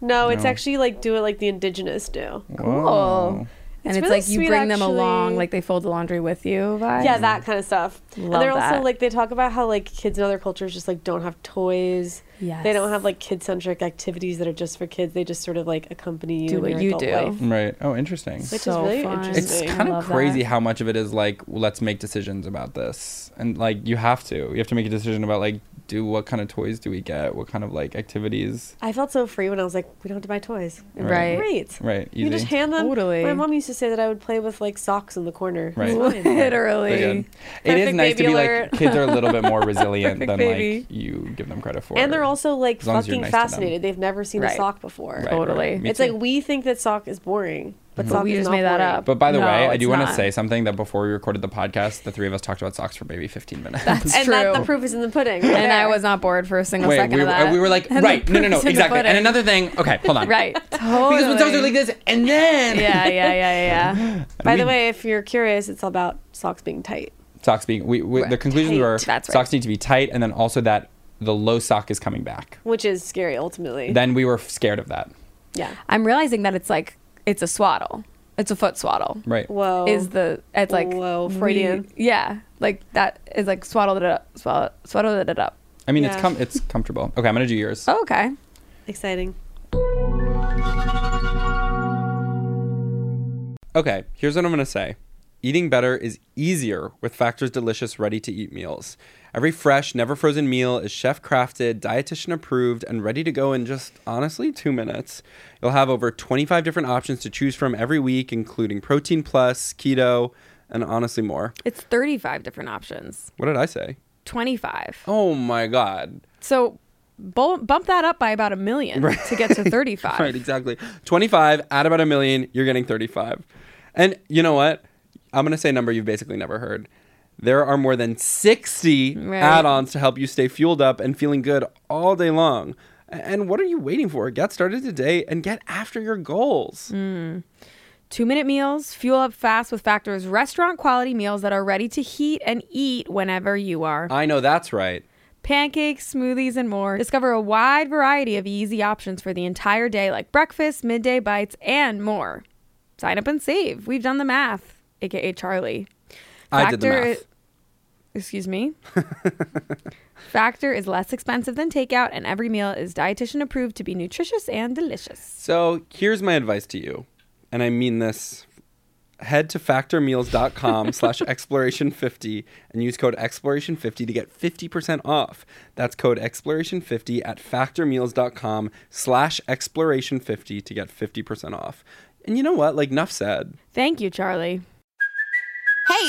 No, it's
No.
actually like do it like the indigenous do.
Whoa.
And
It's
it's,
really
like you
sweet,
bring them along,
actually.
like they fold the laundry with you. Vibes.
Yeah, that kind of stuff.
Love
and they're
that.
also like they talk about how like kids in other cultures just like don't have toys.
Yes.
They don't have like kid centric activities that are just for kids. They just sort of like accompany you.
Do
in
what
your
you
adult
do.
life.
Right. Oh, interesting.
Which
So
is really
fun.
It's
interesting.
I
kind of
love
crazy
that.
how much of it is like let's make decisions about this, and like you have to, you have to make a decision about like do what kind of toys do we get, what kind of like activities,
I felt so free when I was like, we don't have to buy toys.
right.
Great.
right?
You can just hand them.
Totally.
My mom used to say that I would play with like socks in the corner.
Right.
It's fine.
They're
Literally.
good. It is
Perfect
nice to
baby
be
alert.
like kids are a little bit more resilient than
Perfect
like
baby.
you give them credit for.
and they're also like
As long as you're
fucking
nice to them.
fascinated. They've never seen
Right.
a sock before.
Right, right.
Totally.
Me
It's
too. Mm-hmm.
like we think that sock is boring, but sock
we
is
just
not
made that
boring.
up.
But by the
No,
way, I
it's
do want
not.
to say something that before we recorded the podcast, the three of us talked about socks for maybe 15 minutes.
and that
True.
the proof is in the pudding.
And I was not bored for a single
Wait,
second
we,
of that.
we were like,
And
right,
the
no, no, no,
proof's in the
exactly. And
pudding.
another thing, okay, hold on.
Right. Totally.
Because when socks are like this, and then
yeah, yeah, yeah, yeah, yeah.
By the
We-
way, if you're curious, it's about socks being tight.
socks being, we, we, the conclusions
Tight.
were
That's right.
socks need to be tight, and then also that the low sock is coming back.
Which is scary ultimately.
Then we were scared of that.
yeah.
I'm realizing that it's like it's a swaddle. It's a foot swaddle.
Right.
Whoa.
is the it's like
Whoa,
we-
Freudian.
yeah, like that is like swaddled it up, swaddled, swaddled it up.
I mean,
Yeah.
it's com- it's comfortable. Okay, I'm gonna do yours.
Oh, okay,
exciting.
Okay, here's what I'm going to say. Eating better is easier with Factor's delicious ready to eat meals. Every fresh, never frozen meal is chef crafted, dietitian approved, and ready to go in just honestly two minutes. You'll have over 25 different options to choose from every week, including protein plus, keto, and honestly more.
it's thirty five different options,
What did I say?
twenty five.
Oh my God.
So bu- bump that up by about a million to get to thirty five.
Right, exactly. 25, add about a million, you're getting 35. And you know what? I'm going to say a number you've basically never heard. There are more than 60
Right.
add ons to help you stay fueled up and feeling good all day long. A- And what are you waiting for? Get started today and get after your goals.
Two minute meals, fuel up fast with Factor's restaurant quality meals that are ready to heat and eat whenever you are.
I know that's right.
pancakes, smoothies, and more. Discover a wide variety of easy options for the entire day, like breakfast, midday bites, and more. Sign up and save. We've done the math, aka Charlie.
I did the math.
Excuse me. Factor is less expensive than takeout, and every meal is dietitian approved to be nutritious and delicious.
So here's my advice to you, and I mean this. Head to factormeals.com slash exploration50 and use code exploration50 to get 50% off. That's code exploration50 at factormeals.com slash exploration50 to get 50% off. And you know what? Like, enough said.
Thank you, Charlie.
Hey,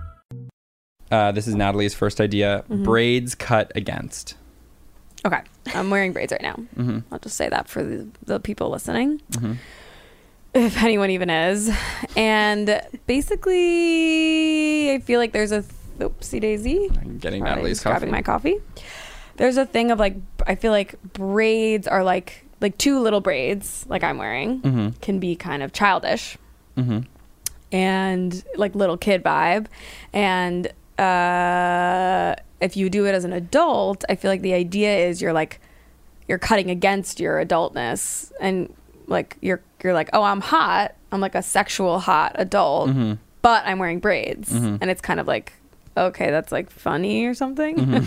Uh, this is Natalie's first idea.
Mm-hmm.
Braids cut against.
Okay, I'm wearing braids right now. I'll just say that for the, the people listening. if anyone even is. And basically, I feel like there's a oopsie daisy.
I'm getting
Sorry,
Natalie's
just grabbing
coffee.
my coffee. There's a thing of like I feel like braids are like like two little braids like I'm wearing can be kind of childish and like little kid vibe and uh if you do it as an adult i feel like the idea is you're like you're cutting against your adultness and like you're you're like oh i'm hot i'm like a sexual hot adult
Mm-hmm.
but i'm wearing braids and it's kind of like okay that's like funny or something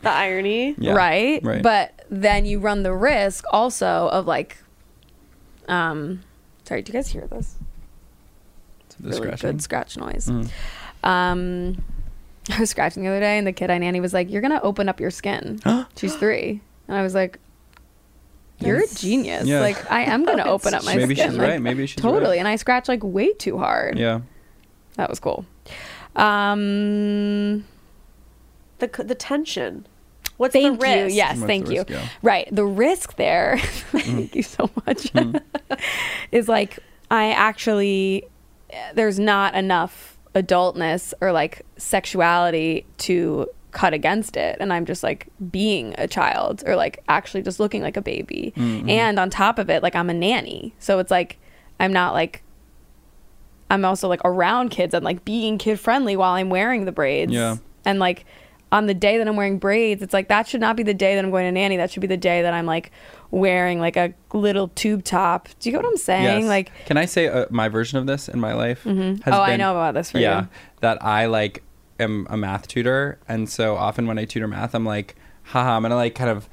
The irony.
Mm-hmm. Yeah,
right?
right.
But then you run the risk also of like, um, sorry, do you guys hear this? It's
The
really
scratching? Mm.
good scratch noise. Um, I was scratching the other day, and the kid I nanny was like, "You're gonna open up your skin." She's three, and I was like. You're a genius.
Yeah.
Like I am gonna open up my
Maybe
skin.
she's
like,
right. Maybe she's
totally.
Right.
And I scratch like way too hard.
Yeah.
That was cool. Um,
The c- the tension. What's
thank
the
you.
risk?
Yes,
What's
thank
the
you.
risk? Yeah. Mm.
Right. The risk there, thank you so much,
Mm-hmm.
is like I actually, there's not enough adultness or like sexuality to cut against it. And I'm just like being a child or like actually just looking like a baby.
Mm-hmm.
And on top of it, like I'm a nanny. So it's like, I'm not like, I'm also like around kids and like being kid friendly while I'm wearing the braids.
Yeah.
And like on the day that I'm wearing braids, it's like that should not be the day that I'm going to nanny. That should be the day that I'm like wearing like a little tube top. Do you get what I'm saying?
Yes.
Like
can I say uh, my version of this in my life? Has
Oh, I know about this for
yeah,
you.
that I like am a math tutor, and so often when I tutor math, I'm like, haha, I'm gonna like kind of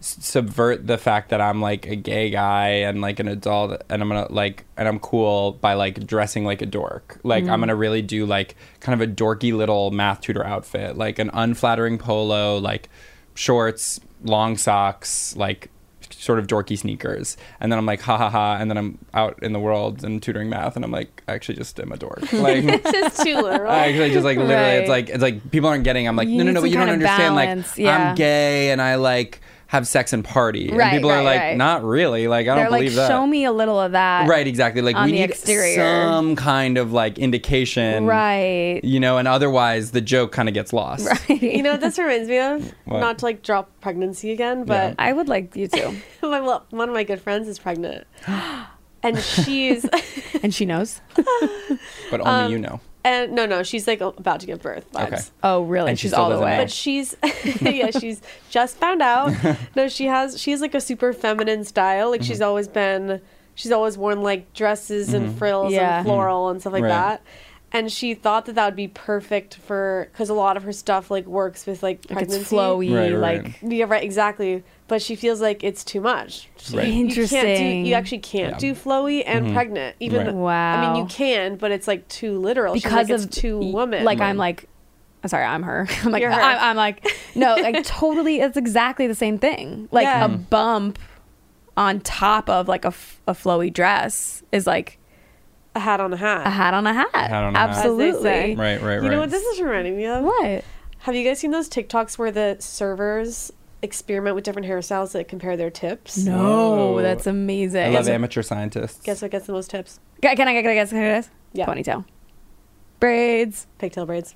s- subvert the fact that I'm like a gay guy and like an adult, and I'm gonna like, and I'm cool by like dressing like a dork. Like I'm gonna really do like kind of a dorky little math tutor outfit, like an unflattering polo, like shorts, long socks, like sort of dorky sneakers. And then I'm like, ha ha ha. And then I'm out in the world and tutoring math. And I'm like, I actually just am a dork. Like,
It's just too literal.
I actually just like literally, it's
Right.
like, it's like people aren't getting, I'm like,
You
no, no,
need
no,
some
but you don't
kind of
understand.
balance,
Like,
yeah.
I'm gay and I like have sex and party. and
Right,
people are
right,
like,
right.
not really. Like, I
they're
don't
like,
believe that.
show me a little of that.
Right, exactly. Like
on
we
the
need
exterior.
some kind of like indication,
Right.
You know, and otherwise the joke kind of gets lost.
You know what this reminds me of?
What?
Not to like drop pregnancy again, but
I would like you to.
my lo- one of my good friends is pregnant. And she's
and she knows.
But only
Um,
you know.
and no no, she's like about to give birth. Vibes.
Okay.
Oh, really?
And she
she's
still
all the
doesn't
way.
know.
But she's yeah, she's just found out. No, she has she has like a super feminine style. Like
Mm-hmm.
she's always been she's always worn like dresses and frills
Yeah.
and floral and stuff like
Right.
that. And she thought that that would be perfect for because a lot of her stuff like works with like
Like
pregnancy.
it's flowy,
Right, right.
like
Yeah, right, exactly. But she feels like it's too much. She-
Right.
You, can't
Interesting.
do, you actually can't
Yeah. Mm-hmm.
do flowy and pregnant. Even
Right.
though- I
Wow.
mean, you can, but it's like too literal. She's
because
like,
of
it's too woman.
Like I'm like, I'm sorry, I'm her. I'm like,
You're her.
I'm, I'm like, no, like totally, it's exactly the same thing. Like
Yeah.
a bump on top of like a, f- a flowy dress is like
a hat on a hat.
a hat on a hat.
hat on a hat. As they
Absolutely.
say.
Right, right, right.
You know what this is reminding me of?
What?
Have you guys seen those TikToks where the servers experiment with different hairstyles that compare their tips?
No,
Whoa.
that's amazing.
I love amateur scientists.
Guess what gets the most tips?
Can, can I can I guess? Can I guess?
Yeah.
Ponytail, braids,
Pigtail braids.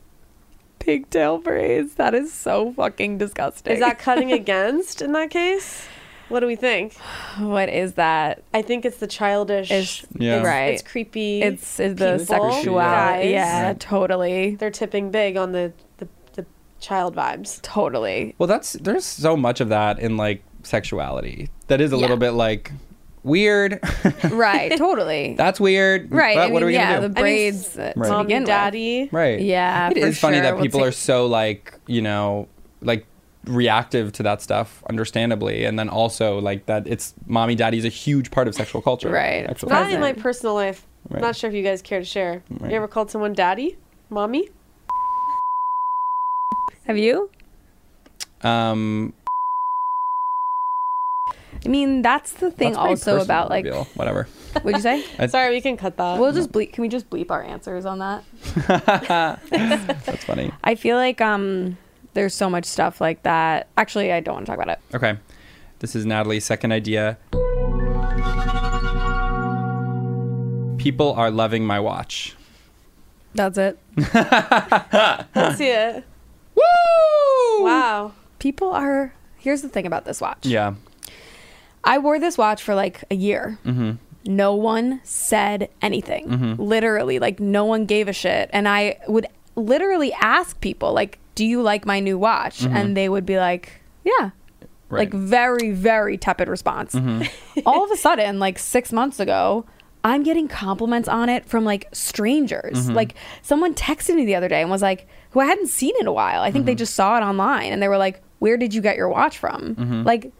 pigtail braids. That is so fucking disgusting.
Is that cutting against in that case? What do we think?
what is that?
I think it's the childish.
Is
Yeah.
right?
It's creepy.
It's, it's the
people,
sexuality.
guys.
Yeah,
Right.
totally.
They're tipping big on the, the, the child vibes.
Totally.
Well, that's there's so much of that in like sexuality that is a
Yeah.
little bit like weird.
Right, totally.
that's weird.
right.
But
I
what are
mean,
we
yeah,
gonna
the
do?
braids uh,
Right.
to
Mom
begin
and
with.
daddy.
right.
Yeah,
It
for
is funny
sure.
that
We'll
people are
take-
so like you know like reactive to that stuff, understandably, and then also like that it's mommy daddy is a huge part of sexual culture.
Right, it's
actually.
Not in
Present.
my personal life.
Right.
Not sure if you guys care to share.
Right.
You ever called someone daddy? Mommy?
Have you?
Um,
I mean, that's the thing
that's
also
pretty personal
about like.
reveal. whatever.
Would you say?
I-
Sorry, we can cut that.
We'll just bleep. Can we just bleep our answers on that?
that's funny.
I feel like um, there's so much stuff like that. Actually, I don't want to talk about it.
Okay, this is Natalie's second idea. People are loving my watch.
That's it.
Let's see it.
Woo!
Wow.
People are. Here's the thing about this watch.
Yeah.
I wore this watch for like a year. No one said anything. Literally, like no one gave a shit. And I would literally ask people, like, "Do you like my new watch?" And they would be like, "Yeah."
Right.
Like very, very tepid response. All of a sudden, like six months ago, I'm getting compliments on it from like strangers. Like someone texted me the other day and was like, who I hadn't seen in a while. I think they just saw it online and they were like, where did you get your watch from? Like,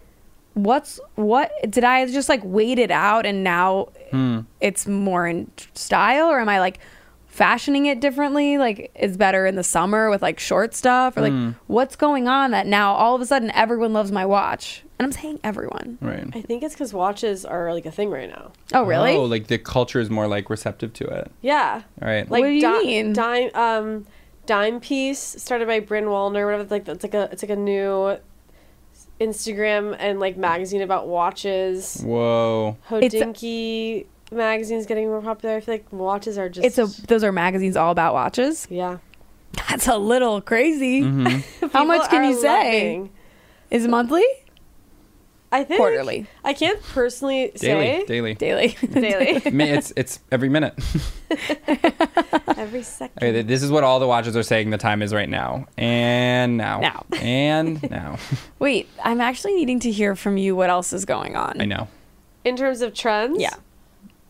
what's what did I just like wait it out and now
Hmm.
it's more in style or am I like fashioning it differently? Like it's better in the summer with like short stuff or like
Hmm.
what's going on that now all of a sudden everyone loves my watch. And I'm saying everyone.
I
Right.
think it's because watches are like a thing right now.
Oh really?
Oh, like the culture is more like receptive to it.
Yeah.
All right.
Like
What do you
di-
mean?
dime um dime piece started by Bryn Wallner, whatever it's like that's like a it's like a new Instagram and like magazine about watches.
Whoa.
Hodinky magazine's getting more popular. I feel like watches are just
it's a those are magazines all about watches.
yeah.
That's a little crazy.
Mm-hmm.
How much
People
can you
are
say?
loving-
Is it monthly?
I think
Quarterly.
I can't personally
Daily.
say
Daily.
Daily.
daily.
I mean, it's it's every minute.
Every second.
Okay, th- this is what all the watches are saying the time is right now. And now.
Now.
And now.
Wait, I'm actually needing to hear from you what else is going on.
I know.
In terms of trends?
Yeah.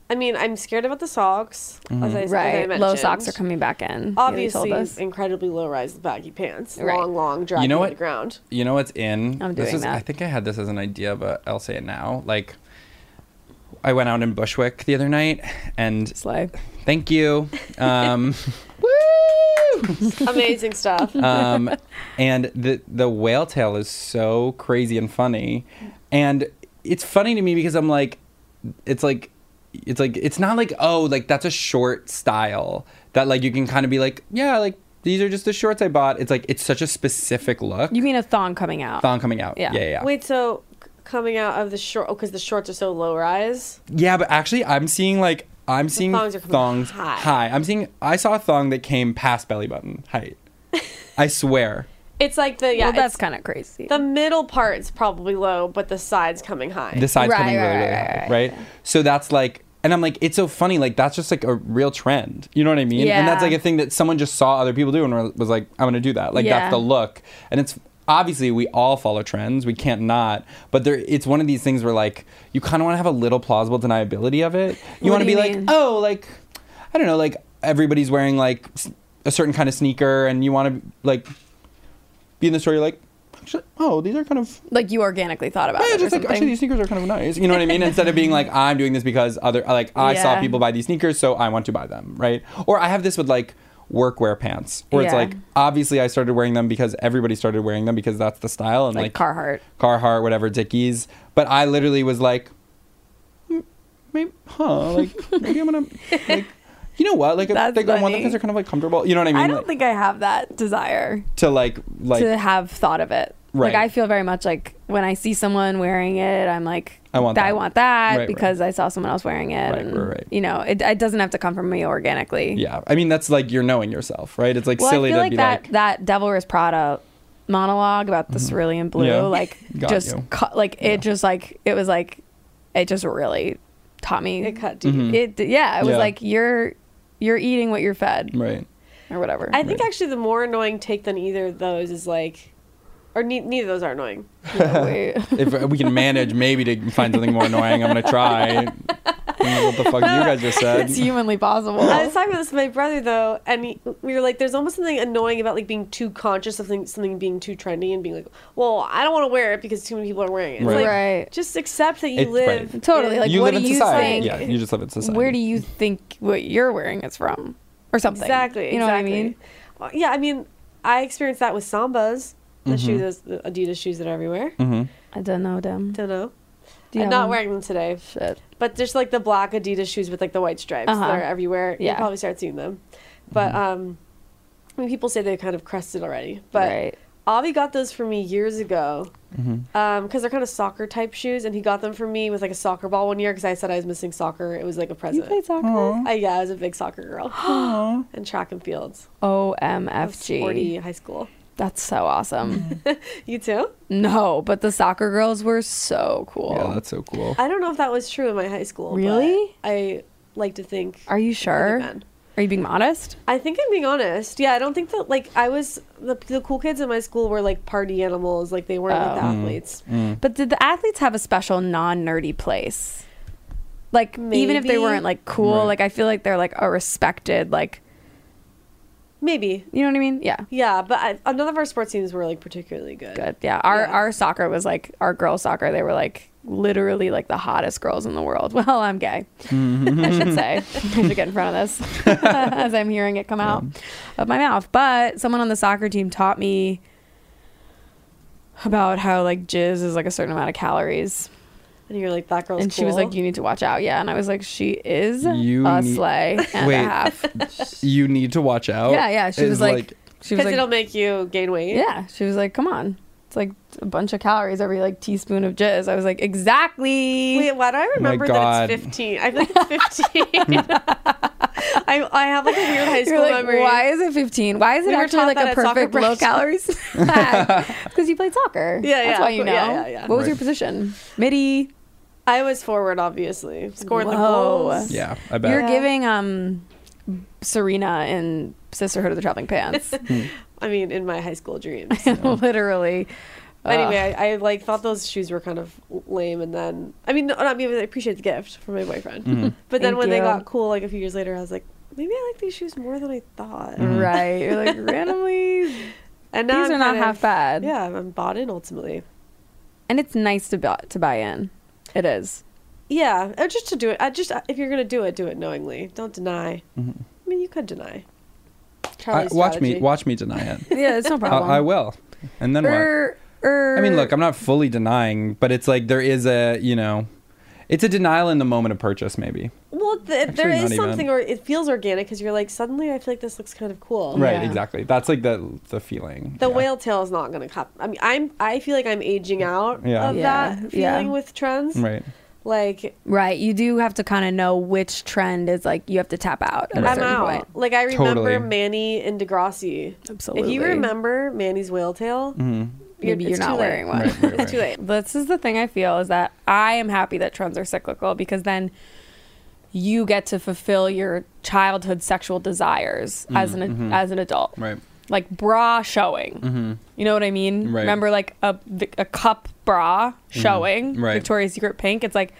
I mean, I'm scared about the socks.
Mm-hmm.
As I, as I
Right. Low
mentioned.
socks are coming back in. Haley told
Obviously,
us.
incredibly low rise baggy pants.
Right.
Long, long, dragging
You know
to the
what?
ground.
You know what's in?
I'm
this
doing
is,
that.
I think I had this as an idea, but I'll say it now. Like, I went out in Bushwick the other night, and
Slay.
thank you. Um,
Amazing stuff.
um, and the the whale tail is so crazy and funny, and it's funny to me because I'm like, it's like, it's like it's not like oh like that's a short style that like you can kind of be like yeah like these are just the shorts I bought. It's like it's such a specific look.
You mean a thong coming out?
thong coming out.
Yeah.
yeah, yeah.
Wait, so c- coming out of the short, oh, because the shorts are so low rise.
Yeah, but actually, I'm seeing like I'm seeing
thongs
thongs,
are coming high.
high. I'm seeing I saw a thong that came past belly button height. I swear.
It's like the, yeah,
well, that's
it's-
kind of crazy.
the middle part's probably low, but the side's coming high.
The side's
Right,
coming
right,
really,
right,
really
right,
high,
right,
right? So that's like, and I'm like, it's so funny. Like that's just like a real trend. You know what I mean? And that's
Yeah.
like a thing that someone just saw other people do and were- was like, I'm gonna do that. Like
Yeah.
that's the look. And it's obviously we all follow trends. We can't not. But there, it's one of these things where like you kind of want to have a little plausible deniability of it. You
What
want to
do
be
you
like,
mean?
oh, like I don't know, like everybody's wearing like s- a certain kind of sneaker, and you want to like be in the store. You're like. Actually, oh, these are kind of
like you organically thought about
Oh, yeah,
it or
just like
something.
actually these sneakers are kind of nice. You know what I mean? Instead of being like, I'm doing this because other like I
Yeah.
saw people buy these sneakers, so I want to buy them, right? Or I have this with like workwear pants, where it's
Yeah.
like obviously I started wearing them because everybody started wearing them because that's the style and
Like
like,
Carhartt.
Carhartt, whatever Dickies. But I literally was like, "Hmm, maybe, huh? Like maybe I'm gonna like. You know what? Like I
That's
think I want them
funny.
because they're kind of like comfortable. You know what I mean?
I don't
Like,
think I have that desire
to like like
to have thought of it. Like
Right.
I feel very much like when I see someone wearing it, I'm like,
I want
I
that.
want that
Right, right.
because I saw someone else wearing it.
Right,
and,
right, right.
You know, it, it doesn't have to come from me organically.
yeah. I mean that's like you're knowing yourself, right? It's like
Well,
silly
I feel
to
like
be
that
like Mm-hmm.
that Devil Wears Prada monologue about the cerulean blue,
Yeah.
like
Got
just
you.
cut, like it just like it was like it just really taught me.
it cut deep.
It yeah, it was
Mm-hmm. Yeah.
like you're you're eating what you're fed
right.
or whatever.
I think actually the more annoying take than either of those is like, or ne- neither of those are annoying.
Wait.
if we can manage maybe to find something more annoying, I'm gonna try. what the fuck you guys just said?
it's humanly possible.
I was talking about this with my brother though, and he, we were like, "There's almost something annoying about like being too conscious of thing, something being too trendy and being like, well, I don't want to wear it because too many people are wearing it.' It's
Right.
like,
Right.
Just accept that you
It's-
live
right.
Totally, like-
you
what
live
do
in
you
society.
think-
Yeah, you just live in society.
Where do you think what you're wearing is from, or something?
exactly.
You know
exactly.
what I mean?
Well, yeah, I mean, I experienced that with Sambas, the
Mm-hmm.
shoe, those the Adidas shoes that are everywhere.
I don't know them.
Don't know.
Do you
I'm
have
not
them?
wearing them today.
Shit.
But there's like the black Adidas shoes with like the white stripes
Uh-huh.
that are everywhere.
Yeah.
You
Mm-hmm.
probably start seeing them. But um I mean people say they're kind of crested already. But
right.
Avi got those for me years ago because
Mm-hmm.
they're kind of soccer type shoes, and he got them for me with like a soccer ball one year because I said I was missing soccer. It was like a present.
You played soccer?
I, yeah, I was a big soccer girl. and track and fields. I was Sporty
OMFG.
high school.
That's so awesome.
You too?
no, but the soccer girls were so cool.
Yeah, that's so cool.
I don't know if that was true in my high school. but
Really?
I like to think.
Are you sure?
been.
Are you being modest?
I think I'm being honest. Yeah, I don't think that like I was the the cool kids in my school were like party animals. Like they weren't
Oh.
like the athletes.
Mm-hmm.
But did the athletes have a special non nerdy place? Like even if they
Maybe.
weren't like cool,
Right.
like I feel like they're like a respected like
Maybe.
you know what I mean? Yeah.
Yeah, but I, uh, none of our sports teams were like particularly good.
Good. Yeah. Our
Yeah.
our soccer was like our girl soccer, they were like literally like the hottest girls in the world. Well, I'm gay. I should say. I should get in front of this as I'm hearing it come out of my mouth. But someone on the soccer team taught me about how like jizz is like a certain amount of calories.
And you're like that girl's.
and she was
cool.
like, "You need to watch out." Yeah, and I was like, "She is
You
a
need-
sleigh and
Wait.
a half."
You need to watch out.
Yeah, yeah. She was
is,
like, she was
because it'll
like,
make you gain weight."
"Yeah." She was like, "Come on, it's like a bunch of calories every like teaspoon of jizz." I was like, "Exactly."
Wait, why do I remember that
God.
it's 15? I feel like it's 15. I, I have like a weird high school
You're like,
memory.
why is it 15? Why is it
We were
actually
taught
like
that
a
at soccer
perfect low
practice.
calories? Because you played soccer.
Yeah,
That's
yeah,
why you
of
know.
cour- yeah, yeah, yeah.
What was your
Right.
position? Midi.
I was forward, obviously, scoring the
Whoa.
goals.
Yeah, I bet.
You're giving um Serena in Sisterhood of the Traveling Pants.
I mean, in my high school dreams.
Literally. Ah.
anyway, I, I like thought those shoes were kind of lame, and then I mean, no, I mean, I appreciate the gift from my boyfriend,
Mm-hmm.
but then
Thank
when they
you.
got cool, like a few years later, I was like, maybe I like these shoes more than I thought.
Mm-hmm.
Right. You're like randomly
And now
These
I'm
are not
kind of-
half bad.
Yeah, I'm bought in ultimately.
And it's nice to buy, to buy in. It is.
Yeah, uh, just to do it. I just if you're gonna do it, do it knowingly. Don't deny. I mean, you could deny.
Mm-hmm. I,
Charlie's
watch me,
strategy.
watch me deny it.
Yeah, it's no
I,
problem.
I will, and then what?
Er, er,
I mean, look, I'm not fully denying, but it's like there is a, you know, it's a denial in the moment of purchase, maybe.
Well, th- there
not
is
even.
something, or it feels organic because you're like suddenly I feel like this looks kind of cool.
Right,
Yeah.
exactly. That's like the the feeling.
The
yeah.
whale tail is not gonna come. I mean, I'm I feel like I'm aging out
Yeah.
of
Yeah,
that
yeah.
feeling with trends.
Right.
Like
Right. You do have to kind of know which trend is like you have to tap out at a
I'm
certain
out.
point.
Like I remember
Totally.
Manny and Degrassi. If
Absolutely.
you remember Manny's whale tail,
Mm-hmm.
Maybe you're
it's
not
too late.
wearing one.
Right, right,
It's too
right.
late.
This is the thing I feel is that I am happy that trends are cyclical because then you get to fulfill your childhood sexual desires as an as an adult.
Right.
like bra showing. You know what I mean?
Mm-hmm. Right. Mm-hmm.
Remember like a vi- a cup bra showing,
Right. Mm-hmm.
Victoria's Secret pink. It's like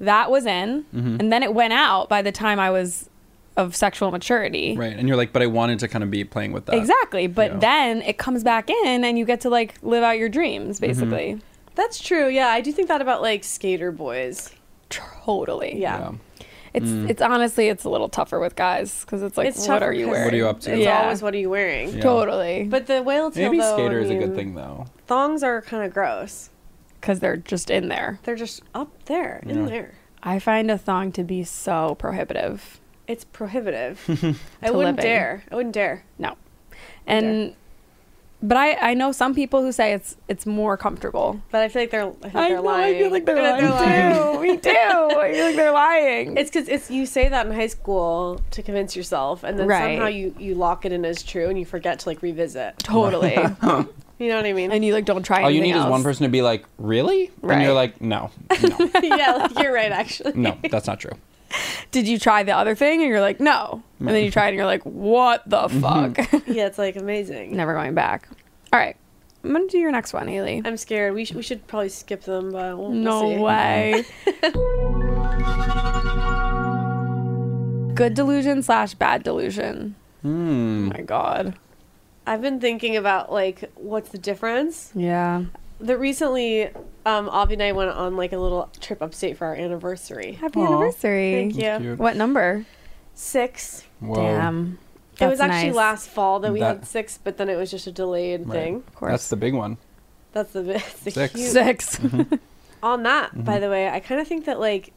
that was in, and then it went out by the time I was of sexual maturity.
Right. And you're like, but I wanted to kind of be playing with that.
Exactly, but
Yeah.
then it comes back in, and you get to like live out your dreams,
Mm-hmm.
basically.
That's true. Yeah, I do think that about like skater boys.
Totally.
Yeah.
Yeah.
It's
Mm.
it's honestly it's a little tougher with guys because it's like
It's
what
tougher
are you
'cause
wearing?
What are you up to?
It's
Yeah.
always what are you wearing?
Yeah.
Totally, but
But the whale tail
Maybe
though, I
skater is a
mean,
good thing though.
Thongs are kind of gross.
because they're just in there.
They're just up there, in
Yeah.
there.
I find a thong to be so prohibitive.
It's prohibitive. I
To
wouldn't
living.
dare. I wouldn't dare.
No. And but I I know some people who say it's it's more comfortable.
But I feel like they're. I, think
I
they're
know, I
lying.
feel like they're
I feel like
lying. we do. I feel like they're lying.
It's because it's you say that in high school to convince yourself, and then
Right.
somehow you you lock it in as true, and you forget to like revisit.
totally.
You know what I mean?
and you like don't try.
All Oh, you
anything
need is
else.
one person to be like, really?
Right.
And you're like, no, no,
yeah, like, you're right. Actually,
no, that's not true.
Did you try the other thing? And you're like, no. And then you try it, and you're like, what the fuck?
yeah, it's like amazing.
Never going back. All right. I'm gonna do your next one, Haley.
I'm scared. We sh- we should probably skip them, but we'll, we'll
No
see.
way. Good delusion slash bad delusion. Oh my god.
I've been thinking about like what's the difference.
Yeah.
That recently, um, Avi and I went on like a little trip upstate for our anniversary.
Happy anniversary.
Thank you.
Cute.
What number?
Six.
Whoa.
Damn.
it was actually
nice.
last fall that we
That-
had six, but then it was just a delayed
Right.
thing.
Of course.
That's the big one.
That's the that's the
Six. Mm-hmm.
huge-
six.
on that, by the way, I kind of think that like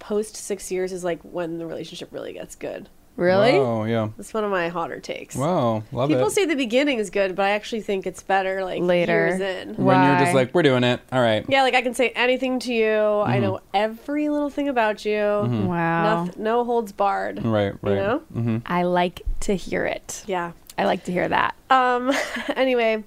post six years is like when the relationship really gets good. Really?
Oh yeah.
That's one of my hotter takes.
Wow, love
People
it.
say the beginning is good, but I actually think it's better like
Later.
years in.
when you're just
Why?
like, we're doing it. All right.
Yeah, like I can say anything to you.
Mm-hmm.
I know every little thing about you.
Wow.
Noth- no holds barred.
Right. Right. Mm-hmm.
You know?
I like to hear it.
Yeah.
I like to hear that.
Um. Anyway,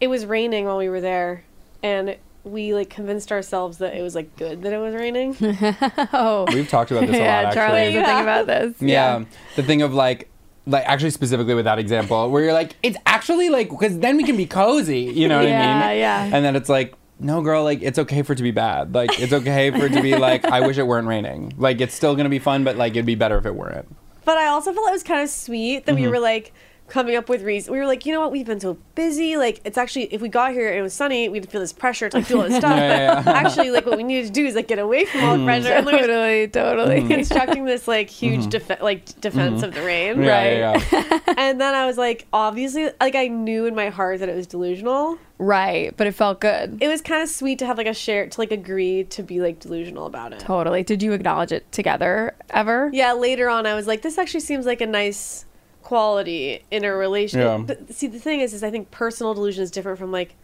it was raining while we were there, and we like convinced ourselves that it was like good that it was raining.
Oh,
We've talked about this a
yeah,
lot,
Charlie
actually.
has a thing about this.
yeah. the thing of like like actually specifically with that example where you're like it's actually like because then we can be cozy you know what i
Yeah,
mean
yeah.
and then it's like no girl like it's okay for it to be bad like it's okay for it to be like i wish it weren't raining like it's still gonna be fun but like it'd be better if it weren't
But I also felt it was kind of sweet
Mm-hmm.
that we were like coming up with reasons. We were like, you know what? We've been so busy. Like, it's actually if we got here and it was sunny, we'd feel this pressure to like, do all this stuff.
Yeah, Mm-hmm. yeah, yeah.
Actually, like what we needed to do is like get away from all the pressure. And we were
Totally, totally.
Mm.
constructing this like huge defe- like defense of the rain.
Mm-hmm. Yeah, yeah, yeah.
And then I was like, obviously, like I knew in my heart that it was delusional.
Right, but it felt good.
It was kind of sweet to have like a share to like agree to be like delusional about it.
Totally. Did you acknowledge it together ever?
yeah later on i was like this actually seems like a nice quality in a
Yeah.
relationship but see the thing is is i think personal delusion is different from like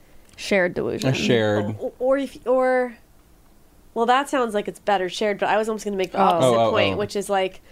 Shared delusion.
A shared
or, or if or well that sounds like it's better shared but i was almost going to make the
Oh.
opposite
Oh, oh,
point
oh.
which is like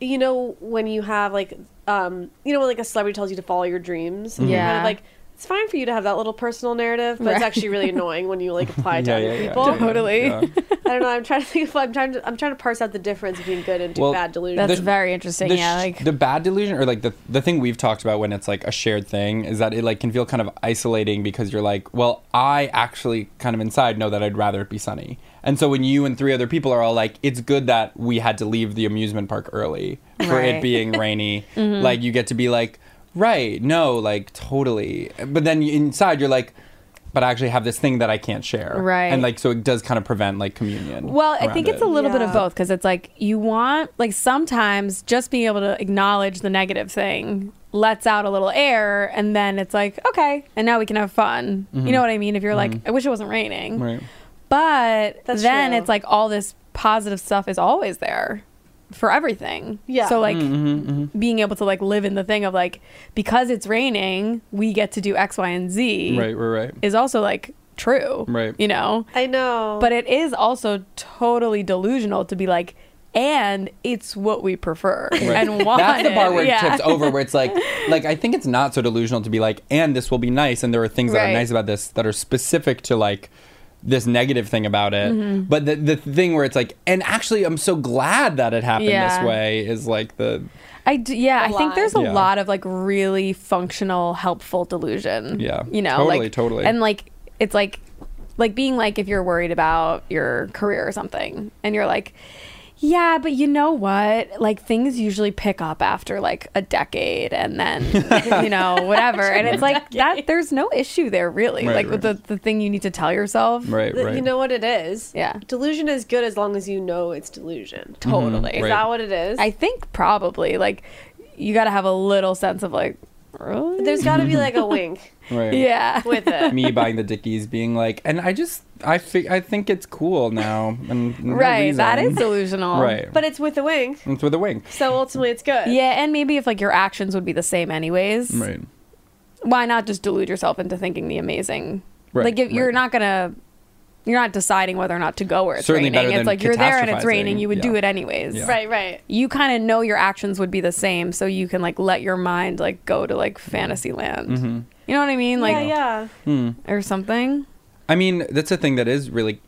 you know when you have like um you know when like a celebrity tells you to follow your dreams and you're kind
Yeah.
of like it's fine for you to have that little personal narrative but
Right.
it's actually really annoying when you like apply it to
yeah,
other
yeah, yeah,
people
yeah,
Totally.
yeah.
i don't know i'm trying to think of i'm trying to i'm trying to parse out the difference between good and
Well,
bad delusion
That's
The-
very interesting.
the,
yeah,
sh-
like
the bad delusion or like the the thing we've talked about when it's like a shared thing is that it like can feel kind of isolating because you're like well i actually kind of inside know that i'd rather it be sunny and so when you and three other people are all like it's good that we had to leave the amusement park early for
Right. Mm-hmm.
it being rainy like you get to be like right no like totally but then inside you're like but I actually have this thing that I can't share.
Right.
And like, so it does kind of prevent like communion.
Well, I
around
think it's
it.
a little bit of
Yeah.
both because it's like you want like sometimes just being able to acknowledge the negative thing lets out a little air and then it's like okay and now we can have fun. You know what I mean? If you're like I wish it wasn't raining.
Mm-hmm. Right.
But
That's
then
true.
it's like all this positive stuff is always there for everything.
Yeah.
So like
Mm-hmm,
being able to like live in the thing of like because it's raining, we get to do X, Y, and Z
Right, right, right.
is also like true.
Right.
You know?
I know.
But it is also totally delusional to be like, and it's what we prefer and want.
That's the part where it
yeah.
tips over, where it's like, like I think it's not so delusional to be like, and this will be nice, and there are things that
Right.
are nice about this that are specific to like this negative thing about it.
Mm-hmm.
But the the thing where it's like, and actually, I'm so glad that it happened
Yeah.
this way is like the
I d- yeah, I think
lie.
there's a
Yeah.
lot of like really functional, helpful delusion.
Yeah.
you know,
Totally,
like,
totally.
and like it's like like being like if you're worried about your career or something, and you're like. Yeah, but you know what? Like things usually pick up after like a decade and then you know, whatever. and it's like that there's no issue there really.
Right,
like with the,
right.
the thing you need to tell yourself.
right,
Th-
right.
You know what it is?
Yeah.
Delusion is good as long as you know it's delusion.
Totally.
Is
Mm-hmm. Right.
that what it is?
I think probably like you got to have a little sense of like, really?
There's got to be like a wink
right.
yeah,
with it.
Me buying the Dickies, being like, and I just I fi- I think it's cool now, and no
right. That
reason.
is delusional,
right.
But it's with a wink,
it's with a wink,
so ultimately it's good.
Yeah, and maybe if like your actions would be the same anyways,
right?
why not just delude yourself into thinking the amazing?
Right,
Like if you're
right.
not gonna, you're not deciding whether or not to go where it's
Certainly better
raining. It's
than
like you're there and it's
catastrophizing,
raining. You would do
yeah.
it anyways.
Yeah.
Right, right.
You kind of know your actions would be the same, so you can like let your mind like go to
Mm-hmm.
like fantasy land. You know what I mean? Like
yeah, yeah.
or something.
I mean, that's a thing that is really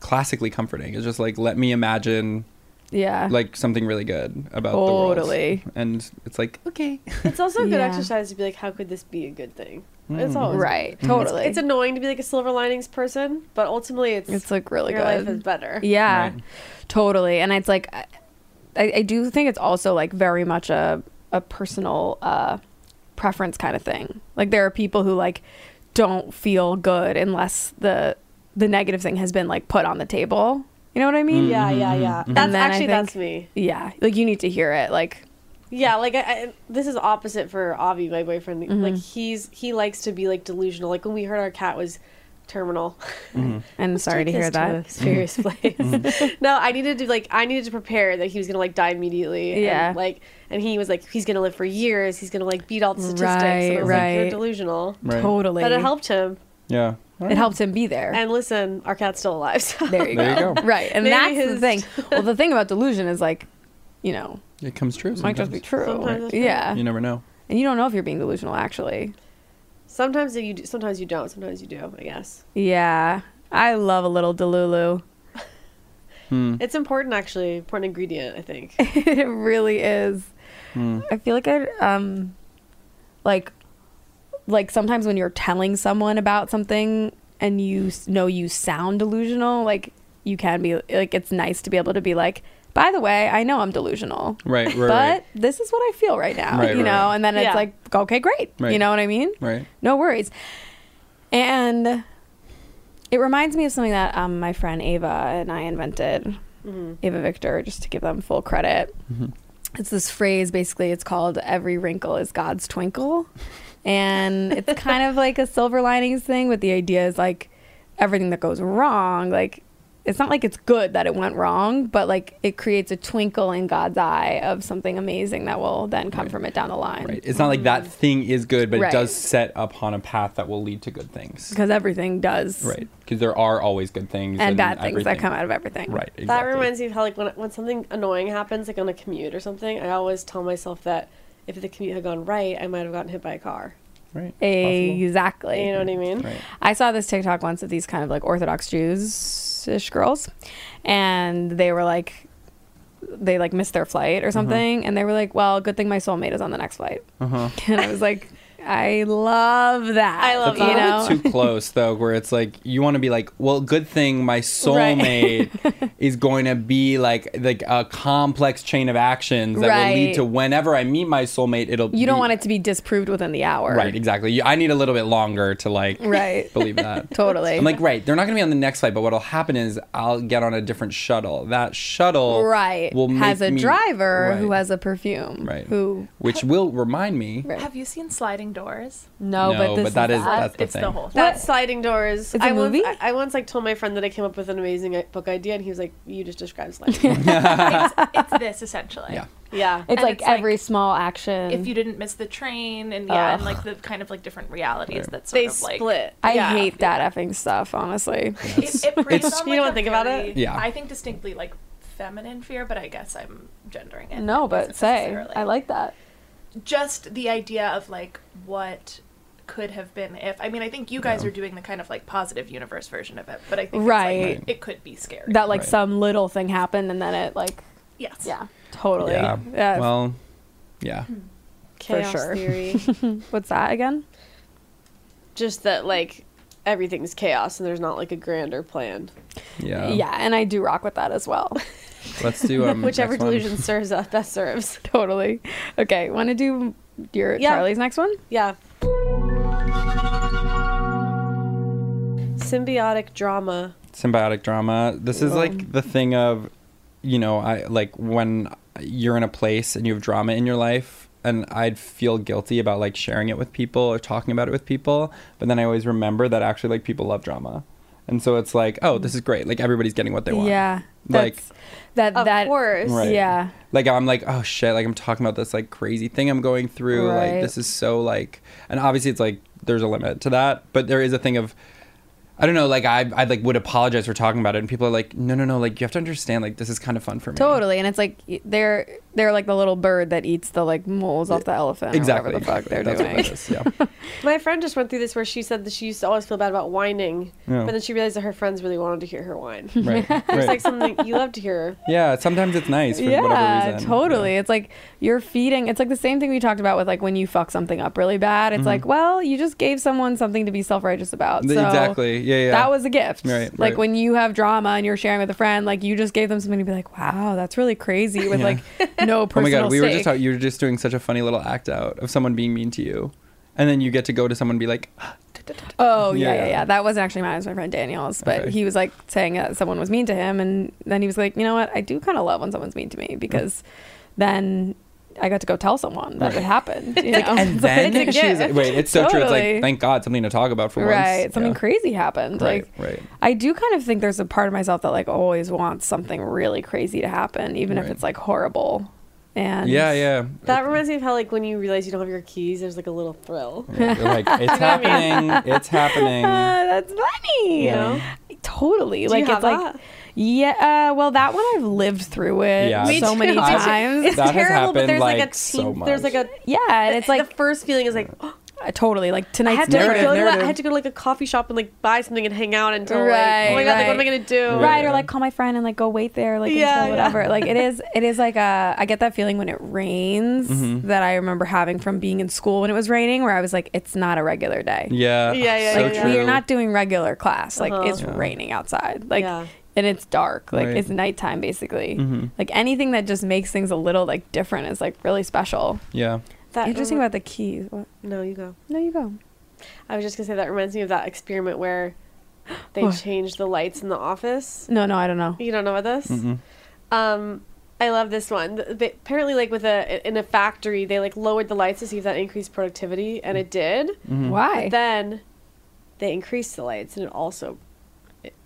classically comforting. It's just like let me imagine
Yeah.
like something really good about
Totally.
the world. And it's like, okay.
It's also a good
Yeah.
exercise to be like, how could this be a good thing? It's always
right.
mm-hmm.
Totally.
It's annoying to be like a silver linings person, but ultimately it's
It's like really
your
good.
life is better.
Yeah,
Right.
totally. And it's like, I, I do think it's also like very much a a personal uh, preference kind of thing. Like there are people who like don't feel good unless the the negative thing has been like put on the table. You know what I
Mm.
mean?
Yeah, yeah, yeah.
And
That's
then I
actually
think-
that's me.
Yeah. Like you need to hear it. Like
Yeah, like I, I, this is
Mm-hmm.
opposite for Avi, my boyfriend. Like he's he likes to be like delusional. Like when we heard our cat was terminal.
And sorry to
Take
hear
this
that. Mm.
this furious
Mm.
place. no, I needed to like I needed to prepare that he was gonna like die immediately. and,
Yeah.
like and he was like he's gonna live for years. He's gonna like beat all the statistics. and
Right,
I was like,
right.
You're delusional.
Right.
Totally.
But it helped him.
Yeah.
It helped him be there.
And listen, our cat's still alive. So.
there you
There
go.
you go.
Right. And
Maybe
that's the
his-
thing. Well, the thing about delusion is like, you know,
It comes true.
might just
Sometimes.
be true.
Sometimes it's true.
Yeah.
You never know.
And you don't know if you're being delusional, actually.
Sometimes you do, sometimes you don't. Sometimes you do. I guess
Yeah. I love a little Delulu.
it's important actually. Important ingredient, I think.
it really is.
Hmm.
I feel like I um like like sometimes when you're telling someone about something and you s- know you sound delusional, like you can be like it's nice to be able to be like, by the way, I know I'm delusional.
Right. Right.
but
right.
this is what I feel right now,
Right,
you
right,
know,
right.
and then it's
Yeah.
like, okay, great. You
Right.
know what I mean?
Right.
No worries. And it reminds me of something that um, my friend Ava and I invented, Ava Victor, just to give them full credit.
Mm-hmm.
It's this phrase basically, it's called Every Wrinkle is God's Twinkle. And it's kind of like a silver linings thing, but the idea is like everything that goes wrong, like it's not like it's good that it went wrong, but like it creates a twinkle in God's eye of something amazing that will then come from it down the line.
Right. It's not like that thing is good, but
Mm. Right.
it does set upon a path that will lead to good things.
Because everything does.
Right. Because there are always good things
and bad things that
everything.
come out of everything.
Right. Exactly.
That reminds me of how like when when something annoying happens, like on a commute or something, I always tell myself that if the commute had gone right, I might have gotten hit by a car.
Right. Possible.
Exactly.
You know what I mean?
Mm-hmm. Right.
I saw this TikTok once of these kind of like Orthodox Jews-ish girls, and they were like, they like missed their flight
Mm-hmm.
or something, and they were like, "Well, good thing my soulmate is on the next flight."
Uh-huh.
And I was like, "I love that.
I love
That's
Oh, you
a
know."
little bit too close though, where it's like you want to be like, well, good thing my soulmate is going to be like like a complex chain of actions that will
Right.
lead to whenever I meet my soulmate, it'll.
you don't
be-
want it to be disproved within the hour,
Right. Exactly. You- I need a little bit longer to like.
Right.
Believe that.
Totally.
I'm like, right, they're not going to be on the next flight, but what'll happen is I'll get on a different shuttle. That shuttle
right.
will
has
make
a
me-
driver who
Right,
has a perfume.
right.
Who?
which will remind me.
Right.
Have you seen Sliding Doors?
No,
No,
but this
but that is-
that.
that's the
it's the
thing.
whole thing.
That sliding doors.
It's a
I once-
movie?
I, I once like told my friend that I came up with an amazing i- book idea, and he was like, "You just described sliding." doors."
it's, it's this essentially.
Yeah.
yeah,
It's
and
like
it's like
every small action.
If you didn't miss the train and yeah, and like the kind of like different realities that sort
they
of like
split.
I
Yeah.
hate that effing stuff, honestly.
It, it preys
It's-
on,
You
like,
don't
a
think about
very-
it?
Yeah.
I think distinctly like feminine fear, but I guess I'm gendering it.
No, but say,
necessarily.
I like that.
just the idea of like what could have been if I mean I think you guys are doing the kind of like positive universe version of it, but I think it's, like,
Right.
it could be scary.
That like
Right.
some little thing happened and then it like
yes.
yeah, totally.
Yeah.
Yeah.
Well, yeah.
chaos
sure.
theory.
What's that again?
just that like everything's chaos, and there's not like a grander plan.
Yeah.
yeah, and I do rock with that as well.
Let's do um,
Whichever
next one.
delusion serves us best serves.
totally. Okay, want to do your
Yeah.
Charlie's next one?
Yeah. Symbiotic drama.
symbiotic drama. This is like the thing of, you know, I like when you're in a place and you have drama in your life, and I'd feel guilty about like sharing it with people or talking about it with people, but then I always remember that actually like people love drama, and so it's like, oh, this is great. Like everybody's getting what they want.
Mm. Yeah.
Like-
That's, that
Of
that
course.
Right.
Yeah.
Like I'm like, oh shit, like I'm talking about this like crazy thing I'm going through.
Right.
Like this is so like and obviously it's like there's a limit to that, but there is a thing of I don't know, like I I like would apologize for talking about it and people are like, No, no, no, like you have to understand like this is kind of fun for me.
Totally, and it's like y- they're they're like the little bird that eats the like moles off the elephant.
Exactly.
Or whatever the fuck they're
That's
doing.
what it is. Yeah.
My friend just went through this where she said that she used to always feel bad about whining,
Yeah.
but then she realized that her friends really wanted to hear her whine.
right.
It's
right.
like something you love to hear.
yeah, sometimes it's nice for whatever reason.
totally. It's like you're feeding. It's like the same thing we talked about with like when you fuck something up really bad.
Mm-hmm.
It's like, well, you just gave someone something to be self righteous about.
Th-
So
exactly. Yeah, yeah.
That was a gift.
Right,
Like
right.
when you have drama and you're sharing with a friend, like you just gave them something to be like, wow, that's really crazy with like no
Oh my
personal.
god, we were just
stake.
out, you were just doing such a funny little act out of someone being mean to you. And then you get to go to someone and be like,
Oh yeah, yeah,
Yeah,
yeah,
yeah.
That wasn't actually mine. It was my friend Daniel's, but
Okay.
he was like saying that someone was mean to him, and then he was like, you know what? I do kind of love when someone's mean to me because then I got to go tell someone that it happened. You know?
And
It's like,
then
it's a
she's
gift.
wait, it's so true. It's
Totally.
like thank God something to talk about for once.
Right. Something
Yeah.
crazy happened.
Right,
like,
right.
I do kind of think there's a part of myself that like always wants something really crazy to happen, even if
Right.
it's like horrible. And
Yeah, yeah.
That reminds me of how like when you realize you don't have your keys, there's like a little thrill.
Yeah, you're like it's happening. It's happening.
Uh, that's funny.
Yeah.
know?
Totally.
Do you
like
have
it's like
that?
yeah. Uh, well, that one I've lived through it
Yeah, Me
so many
too. I've-
times.
It's
That has
terrible, but
happened,
there's like, a
like,
team.
so
There's
much.
like a
yeah, and it's
the
like
first feeling is like oh,
uh, totally like
I
tonight's
had to like,
Narrative,
go to a, I
narrative.
had to go to like a coffee shop and like buy something and hang out until like oh my
Right,
god like what am I
right.
gonna do
right or
Yeah.
like call my friend and like go wait there like
Yeah,
until whatever like it is it is like a i get that feeling when it rains
Mm-hmm.
that i remember having from being in school when it was raining where i was like it's not a regular day
Yeah.
Yeah, yeah,
so
like
true.
we are not doing regular class like
Uh-huh.
it's raining outside like
Yeah.
and it's dark like
Right. Mm-hmm.
it's nighttime basically like anything that just makes things a little like different is like really special
Yeah.
That
interesting
rem-
about the keys what
no you go
no you go
I was just gonna say that reminds me of that experiment where they
What?
changed the lights in the office
no no i don't know
You don't know about this?
Mm-hmm.
Um, I love this one. Th- They, apparently, like with a in a factory, they like lowered the lights to see if that increased productivity, and it did.
Mm-hmm.
why
But then they increased the lights, and it also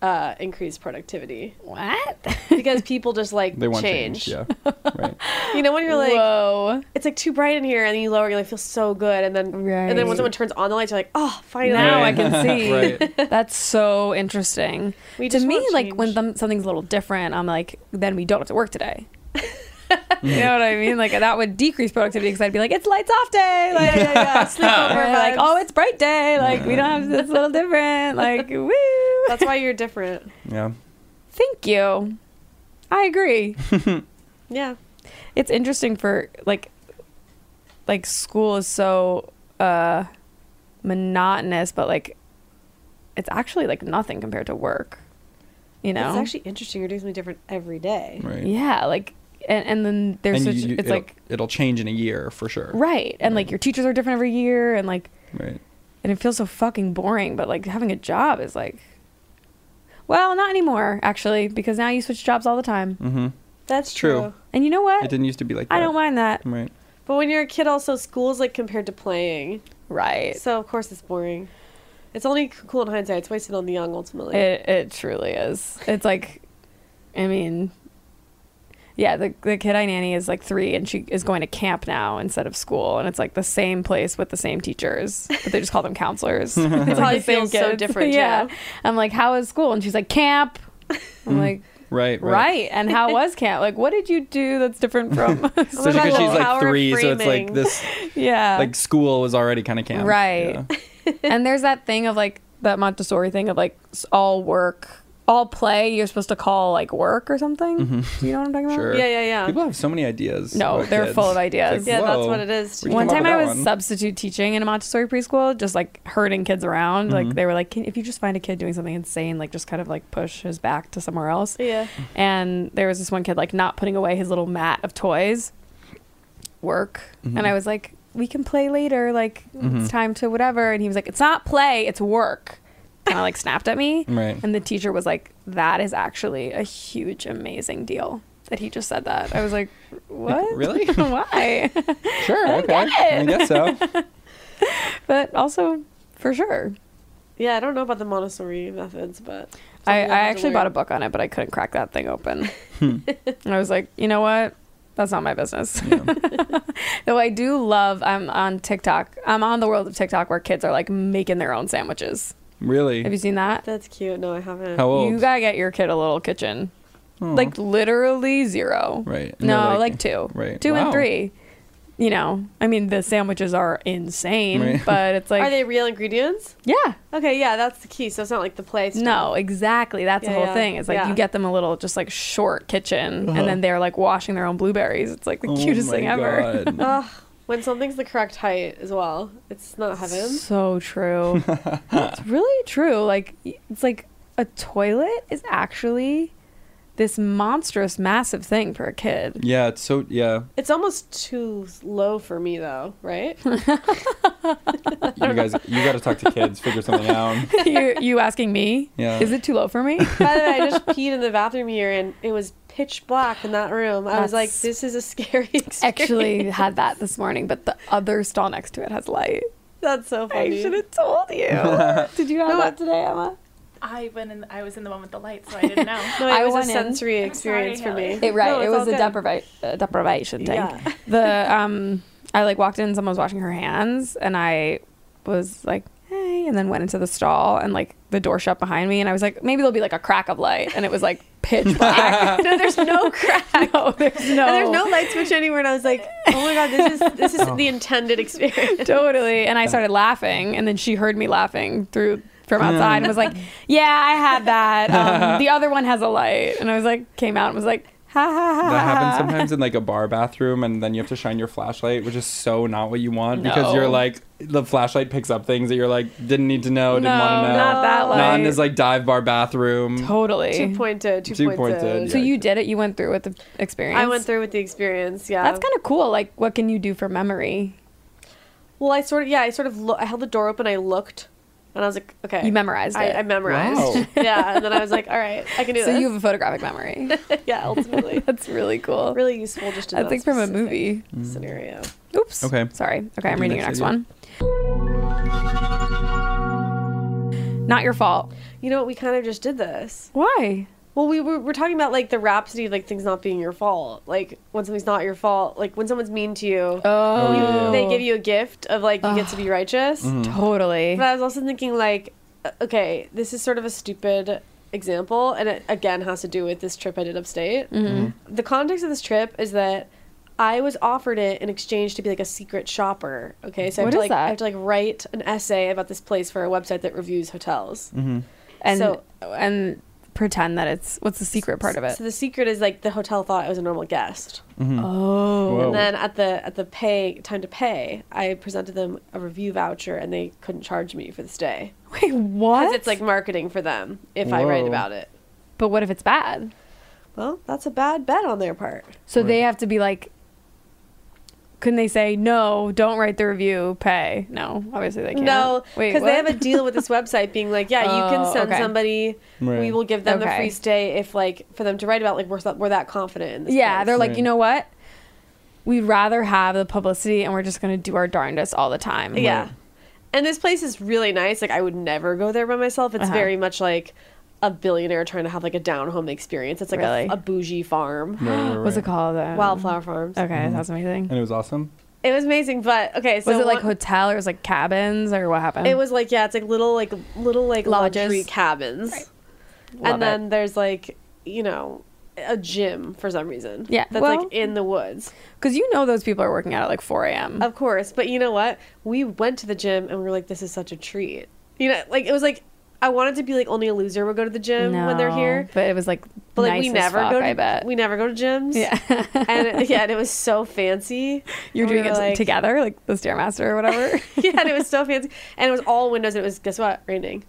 uh, increased productivity
what
because people just like
They want
change.
change. Yeah. Right.
You know when you're like.
whoa
It's like too bright in here, and then you lower, you like feel so good, and then and then
Right.
when someone turns on the lights, you're like, oh, finally.
Now
Right.
I can see.
Right.
That's so interesting.
We
to
just
me,
want
like when
change.
them, something's a little different, I'm like, then we don't have to work today. you know what I mean? Like that would decrease productivity because I'd be like, it's lights off day. Like,
yeah, yeah, yeah.
or
Sleepover
like
vibes.
oh, it's bright day. Like we don't have this little different. Like woo.
That's why you're different.
Yeah.
Thank you. I agree.
Yeah.
it's interesting for like like school is so uh monotonous but like it's actually like nothing compared to work you know
It's actually interesting. You're doing something different every day.
Right.
yeah like and, and then there's
And you,
such
you-
it's
it'll,
like
it'll change in a year for sure.
right and like your teachers are different every year and like
Right.
and it feels so fucking boring but like having a job is like well not anymore actually because now you switch jobs all the time
That's
true.
true.
and you know
Mm-hmm. It
what
didn't used to be like that.
i don't mind that
Right.
But when you're a kid, also school's like compared to playing,
Mm-hmm.
right
so of course it's boring. It's only c- cool in hindsight. It's wasted on the young ultimately.
It it truly is. It's like, I mean, yeah, the the kid I nanny is like three, and she is going to camp now instead of school, and it's like the same place with the same teachers, but they just call them counselors. it's like
probably
the same
feels so
kids.
different,
Yeah,
yeah.
I'm like, how is school? And she's like, camp.
Mm-hmm.
I'm like,
Right.
right. And how was camp? Like, what did you do that's different from?
Especially
What
because
about
she's
the
like
power
three, so it's like
framing?
this.
yeah,
Like school was already kind of camp.
Right.
Yeah.
and there's that thing of like that Montessori thing of like s- all work, all play. You're supposed to call like work or something. Do you know what I'm talking about?
Mm-hmm. Sure.
Yeah, yeah, yeah.
People have so many ideas.
No,
about
they're
kids.
full of
It's like,
ideas.
yeah, that's
whoa,
what it is.
where'd you
one
come up
time
with
I
that
was
one?
substitute teaching in a Montessori preschool, just like herding kids around.
Mm-hmm.
Like they were like, Can, if you just find a kid doing something insane, like just kind of like push his back to somewhere else.
Yeah.
And there was this one kid like not putting away his little mat of toys. Work.
Mm-hmm.
And I was like, we can play later. Like it's time to whatever. And he was like, it's not play, it's work. Kind of like snapped at me.
Right.
And the teacher was like, that is actually a huge, amazing deal that he just said that. I was like, what?
really?
Why?
Sure. okay. I guess so.
but also for sure.
Yeah, I don't know about the Montessori methods, but
I, I
something have to
actually bought a
learn.
book on it, but I couldn't crack that thing open.
Hmm.
and I was like, you know what? That's not my business. Though I do love, I'm on TikTok. I'm on the world of TikTok where kids are like making their own sandwiches.
Really.
Have you seen that?
That's cute. No, I haven't.
How old?
You gotta get your kid a little kitchen. Like literally zero.
Right.
No,
No,
like,
like-
two.
right.
Two and
Wow.
three. You know, I mean, the sandwiches are insane,
Right.
but it's like,
Are they real ingredients?
yeah,
Okay, yeah, that's the key. So it's not like the place.
No, exactly. That's the
Yeah,
whole
yeah,
thing. It's like
yeah.
you get them a little just like short kitchen and then they're like washing their own blueberries. It's like the
Uh-huh. Oh
cutest
my
thing ever.
God.
Ugh, when something's the correct height as well, it's not heaven.
So true. it's really true. Like y- it's like a toilet is actually this monstrous massive thing for a kid.
yeah. It's so. Yeah.
It's almost too low for me though, right?
You guys. You got to talk to kids. Figure something out.
you you asking me?
Yeah.
Is it too low for me?
By the way, I just peed in the bathroom here and it was pitch black in that room. I was like,
That's-
this is a scary experience.
Actually, had that this morning, but the other stall next to it has light.
that's so funny.
I should have told you. Did you have that today, Emma?
I went in. I was in the one with the light, so I didn't know.
No, it
I
was
went
a
in.
sensory
I'm
experience
sorry,
for me.
Hallie.
It right.
No,
it
it's all
was a
good.
depriva- uh, deprivation thing.
Yeah.
The um, I like walked in. Someone was washing her hands, and I was like, "Hey!" And then went into the stall, and like the door shut behind me, and I was like, "Maybe there'll be like a crack of light," and it was like pitch black.
no, there's no crack.
no, there's no.
And there's no light switch anywhere, and I was like, "Oh my god, this is this is the intended experience."
totally. And I started laughing, and then she heard me laughing through from outside and was like, "Yeah, I had that. Um, the other one has a light." And I was like, came out and was like, "Ha ha ha."
That happens
ha."
sometimes in like a bar bathroom, and then you have to shine your flashlight, which is so not what you want because you're
No.
like the flashlight picks up things that you're like didn't need to know, didn't
No,
want to know.
not that light.
Not in this like dive bar bathroom.
Totally.
Two
uh,
pointed, two,
Two
pointed.
pointed,
So
yeah.
you did it. You went through with the experience.
I went through with the experience. Yeah,
That's kind of cool. Like, what can you do for memory?
Well, I sort of yeah, I sort of lo- I held the door open. I looked, and I was like, okay,
You memorized
I,
it.
I memorized.
Wow.
yeah, and then I was like, all right, I can do
So you
this.
have a photographic memory.
yeah, ultimately,
That's really cool.
really useful just in
That's
that
like from a
specific
movie.
scenario.
Oops.
Okay.
Sorry. Okay, I'm
Do
reading your
next
next
idea.
one. Not your fault.
You know what? We kind of just did this.
Why?
Well, we were, we're talking about like the rhapsody of like things not being your fault. Like when something's not your fault, like when someone's mean to you,
Oh,
they give you a gift of like you get to be righteous.
Hmm.
totally.
But I was also thinking like, uh, okay, this is sort of a stupid example, and it again has to do with this trip I did upstate.
Mm-hmm.
Mm-hmm.
The context of this trip is that I was offered it in exchange to be like a secret shopper. Okay, so I have
What
to
is
like I
that?
have to like write an essay about this place for a website that reviews hotels.
Mm-hmm.
And
so-
and pretend that it's what's the secret part of it?
So the secret is like the hotel thought I was a normal guest.
Oh,
Whoa.
And then at the at the pay time to pay, I presented them a review voucher, and they couldn't charge me for the stay
wait, what?
because it's like marketing for them if I write
Whoa.
about it.
but what if it's bad?
Well, that's a bad bet on their part.
So they have to be like, couldn't they say no? Don't write the review. Pay. No, obviously they can't.
No,
wait,
because they have
what?
a deal with this website being like, yeah, you can
Oh,
send
okay.
somebody. We
Right.
will give them the
Okay.
free stay if like for them to write about like we're that, we're that confident in this.
Yeah,
place.
they're like,
Right.
you know what? We'd rather have the publicity, and we're just gonna do our darndest all the time.
yeah. And this place is really nice. Like I would never go there by myself. It's
Uh-huh.
very much like a billionaire trying to have like a down home experience. It's like a-
Really?
a, bougie farm.
Right, right,
What's it
right.
called? Um,
Wildflower farms.
Okay, that's amazing.
And it was awesome.
It was amazing, but okay. So
was it like
one-
hotel or was it like cabins or what happened?
It was like yeah, it's like little like little like
Lodges.
luxury cabins,
Love it.
and then there's like you know a gym for some reason.
Yeah,
that's
well-
like in the woods,
because you know those people are working out at like 4 a.m.
of course. But you know what? We went to the gym and we were like, this is such a treat. You know, like it was like I wanted to be like only a loser would go to the gym when they're
No,
here,
but it was like
but like
nice
we
as
never
fuck,
go. To,
I bet
we never go to gyms.
Yeah.
and it, yeah, and it was so fancy.
you're
And we
doing it
were
t-
like-
together, like the stairmaster or whatever.
Yeah, and it was so fancy, and it was all windows. And it was guess what? Raining,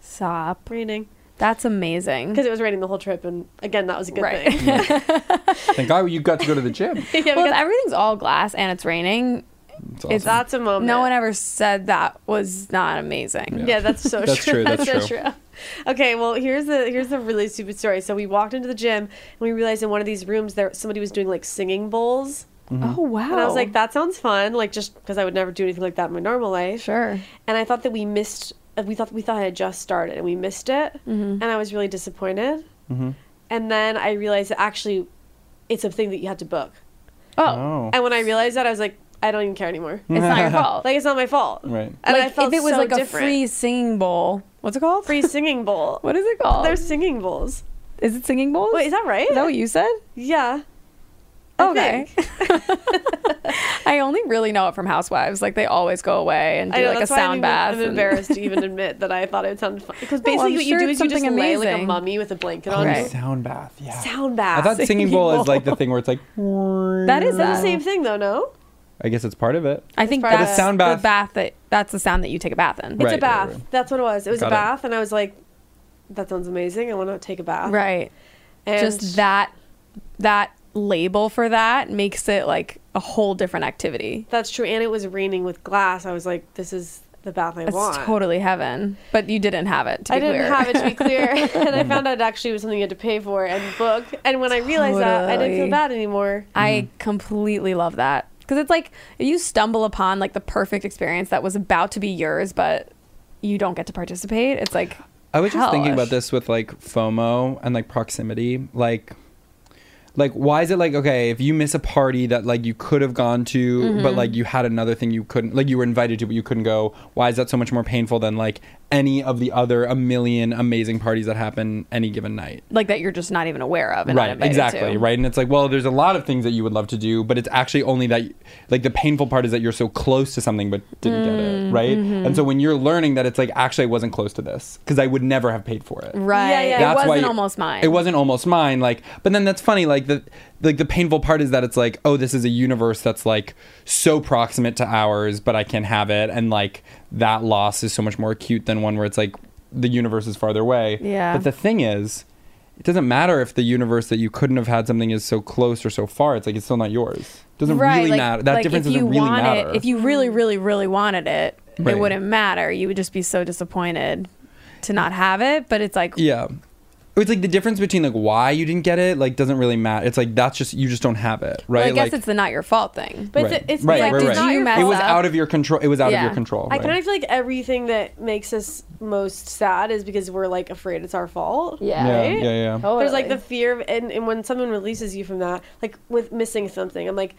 Stop.
raining,
That's amazing.
because it was raining the whole trip. And again, that was a good
Right.
thing.
Thank God you got to go to the gym.
Yeah,
Well,
because
if everything's all glass and it's raining.
It's awesome.
that's a moment.
No one ever said that was not amazing.
Yeah, that's so
That's true, that's
so
true.
Okay, well here's the here's the really stupid story. So we walked into the gym and we realized in one of these rooms there somebody was doing like singing bowls,
Mm-hmm.
Oh wow.
and I was like, that sounds fun. Like just because I would never do anything like that in my normal life.
sure.
And I thought that we missed. uh, We thought we thought I had just started and we missed it, and I was really disappointed.
Mm-hmm.
And then I realized that actually, it's a thing that you have to book.
Oh,
oh.
And when I realized that, I was like, I don't even care anymore.
it's not your fault.
like it's not my fault.
Hmm. Right.
And
like
I felt
if it was
so
like a
different.
free singing bowl. What's it called?
free singing bowl.
What is it called?
They're singing bowls.
is it singing bowls?
Wait, is that right?
Is that what you said?
yeah. I
Okay. I only really know it from Housewives. Like they always go away and do
I know
like a
that's why
sound
I'm,
bath.
I'm
and-
embarrassed to even admit that I thought it sounded fun because
I'm
basically what you
sure
do
it's
is you just
something
lay like a
amazing.
mummy with a blanket on.
Right.
you.
Sound bath. Yeah.
Sound
I
bath.
thought singing bowl is like the thing where it's like.
That is
Is that the
a-
same thing though? No,
I guess it's part of it.
Mm-hmm. I think
But a
that's
sound
the
bath-
bath that that's the sound that you take a bath in.
it's a
Right, right,
bath.
right.
That's what it was. It was
Got
a
it.
bath, and I was like, "That sounds amazing. I want to take a bath."
Right.
And
Just that that label for that makes it like a whole different activity.
That's true. And it was raining with glass. I was like, "This is the bath I
It's
want.
totally heaven. But you didn't have it. To be
I didn't
clear.
have it to be clear, and I found out it actually was something you had to pay for and book. And when I realized that, I didn't feel
Totally.
bad anymore.
I
Mm-hmm.
completely love that because it's like you stumble upon like the perfect experience that was about to be yours, but you don't get to participate. It's like
I was just thinking
hellish.
about this with like FOMO and like proximity. Like like why is it like okay, if you miss a party that like you could have gone to but like you had another thing you couldn't like you were invited to but you couldn't go, why is that so much more painful than like any of the other a million amazing parties that happen any given night?
like that you're just not even aware of. And not
Right,
invited
exactly,
to.
right? And it's like, well, there's a lot of things that you would love to do, but it's actually only that like the painful part is that you're so close to something but didn't get
Mm,
it, right?
mm-hmm.
And so when you're learning that it's like actually I wasn't close to this because I would never have paid for it
Right.
Yeah, yeah.
It
that's
wasn't
why
almost mine.
It wasn't almost mine. Like, but then that's funny. Like the like the painful part is that it's like, oh, this is a universe that's like so proximate to ours, but I can have it, and like that loss is so much more acute than one where it's like the universe is farther away.
Yeah.
But the thing is, it doesn't matter if the universe that you couldn't have had something is so close or so far. It's like it's still not yours. Doesn't really
like-
matter. That
like,
difference
if you
doesn't really
want
matter.
It, if you really, really, really wanted it,
Right.
it wouldn't matter. You would just be so disappointed to not have it. But it's like
yeah. It's like the difference between like why you didn't get it like doesn't really matter. It's like that's just you just don't have it, right?
well, I guess
like,
it's the not your fault thing.
But it's, it's
right,
like,
right,
did
right.
not
you
your
mess
it was
up?
out of your control. It was out of your
Yeah.
control.
I
right.
kind of feel like everything that makes us most sad is because we're like afraid it's our fault.
Yeah.
yeah,
right?
yeah, yeah.
There's like the fear of, and, and when someone releases you from that, like with missing something, I'm like,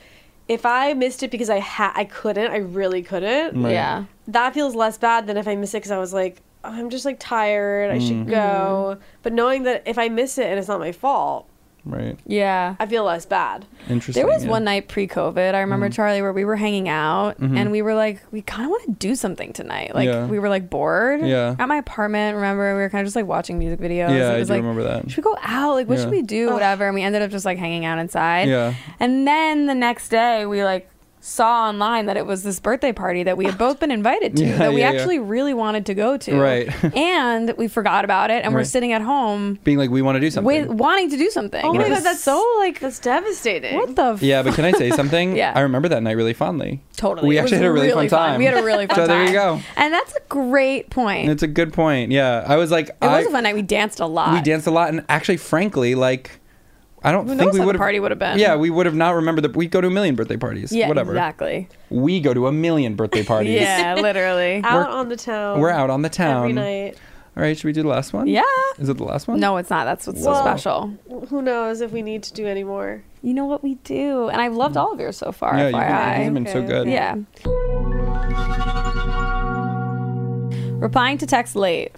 if I missed it because I ha- I couldn't, I really couldn't.
Right.
yeah.
That feels less bad than if I miss it because I was like, I'm just like tired. I
Mm.
should
Mm-hmm.
go. But knowing that if I miss it and it's not my fault,
Right.
Yeah.
I feel less bad.
Interesting.
There was
yeah.
one night pre-COVID, I
Mm-hmm.
remember Charlie, where we were hanging out and we were like, we kind of want to do something tonight. Like
Yeah.
we were like bored
Yeah.
at my apartment. Remember, we were kind of just like watching music videos.
Yeah,
it
I
was
do
like,
remember that.
Should we go out? Like, what
Yeah.
should we do? Whatever. And we ended up just like hanging out inside.
Yeah.
And then the next day, we like saw online that it was this birthday party that we had both been invited to
Yeah,
that we
yeah, yeah.
actually really wanted to go to.
Right.
and we forgot about it, and we're
Right.
sitting at home.
being like we want to do something.
With, wanting to do something.
Oh
And
my
it
god,
was
that's so like that's devastating.
What the f-
yeah, but can I say something?
Yeah.
I remember that night really fondly.
Totally.
We
It
actually
was
had a really, fun time.
We had a really fun
so
time.
there you go.
And that's a great point.
It's a good point. Yeah, I was like,
it
I,
was a fun night. We danced a lot.
we danced a lot, and actually, frankly, like, I don't
Who
think
knows
we
how
would
the party would have been.
Yeah, we would have not remembered that. We go to a million birthday parties.
Yeah,
whatever.
exactly.
We go to a million birthday parties.
Yeah, literally.
out
We're-
on the town.
We're out on the town
every night.
All right, should we do the last one?
Yeah.
Is it the last one?
No, it's not. That's what's so
Well-
special.
Who knows if we need to do any more?
You know what we do, and I've loved all of yours so far.
Yeah, you've been-
FYI.
you've been so
Okay,
good.
Yeah. Replying to text late.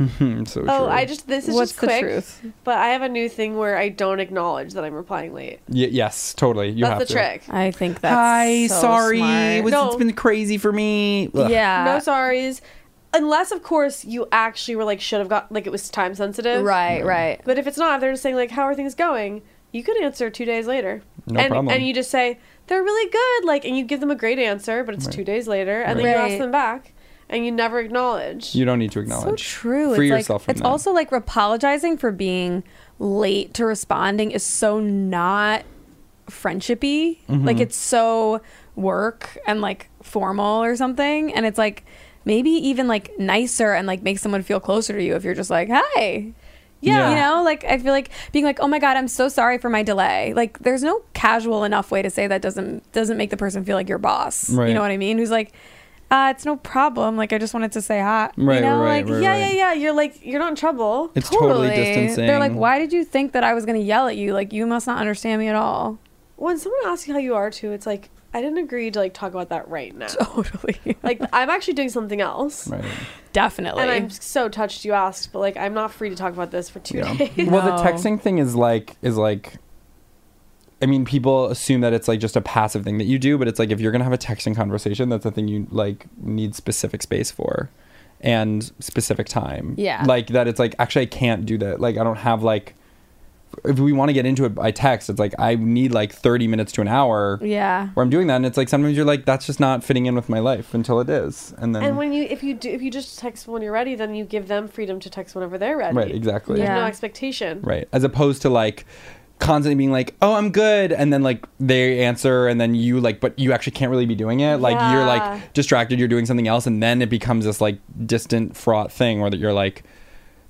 Mm, so true.
Oh, I just this is
What's
just
the
quick.
truth?
But I have a new thing where I don't acknowledge that I'm replying late.
Y- yes, totally. You have
That's the
to.
trick.
I think that's
Hi,
so
sorry.
smart.
Was, It's
No.
been crazy for me. Ugh.
yeah.
no sorries, unless of course you actually were like should have got like it was time sensitive.
Right, right.
But if it's not, if they're just saying like how are things going? You could answer two days later.
No
and,
problem.
And you just say they're really good, like, and you give them a great answer, but it's two days later, and then you ask
Right.
them back, and you never acknowledge.
You don't need to
so
acknowledge.
true.
Free
it's
yourself
like,
from
It's
that.
also like apologizing for being late to responding is so not friendshipy.
Mm-hmm.
Like it's so work and like formal or something. And it's like maybe even like nicer and like make someone feel closer to you if you're just like, hi.
Yeah.
You know, like I feel like being like, "Oh my god, I'm so sorry for my delay." Like there's no casual enough way to say that doesn't doesn't make the person feel like your boss.
Right.
You know what I mean? Who's like, "Uh, it's no problem. Like I just wanted to say hi."
Right,
you know,
right,
like
right,
yeah,
yeah, yeah, yeah. You're like you're not in trouble.
It's totally, distancing.
They're like, why did you think that I was going to yell at you? Like, you must not understand me at all.
when someone asks you how you are too, it's like I didn't agree to like talk about that right now.
Totally.
like I'm actually doing something else,
Right.
Definitely.
and I'm so touched you asked, but like I'm not free to talk about this for two
Yeah.
days.
Well, the
No.
texting thing is like is like. I mean, people assume that it's like just a passive thing that you do, but it's like if you're gonna have a texting conversation, that's a thing you like need specific space for, and specific time.
Yeah.
Like that, it's like actually I can't do that. Like I don't have like. If we want to get into it by text, it's like I need like 30 minutes to an hour.
yeah.
where I'm doing that, and it's like sometimes you're like, that's just not fitting in with my life until it is, and then
And when you if you do if you just text when you're ready, then you give them freedom to text whenever they're ready.
right, exactly,
There's
Yeah.
no expectation.
right, as opposed to like constantly being like, "Oh, I'm good," and then like they answer, and then you like, but you actually can't really be doing it. Like you're
Yeah.
like distracted, you're doing something else, and then it becomes this like distant, fraught thing where that you're like,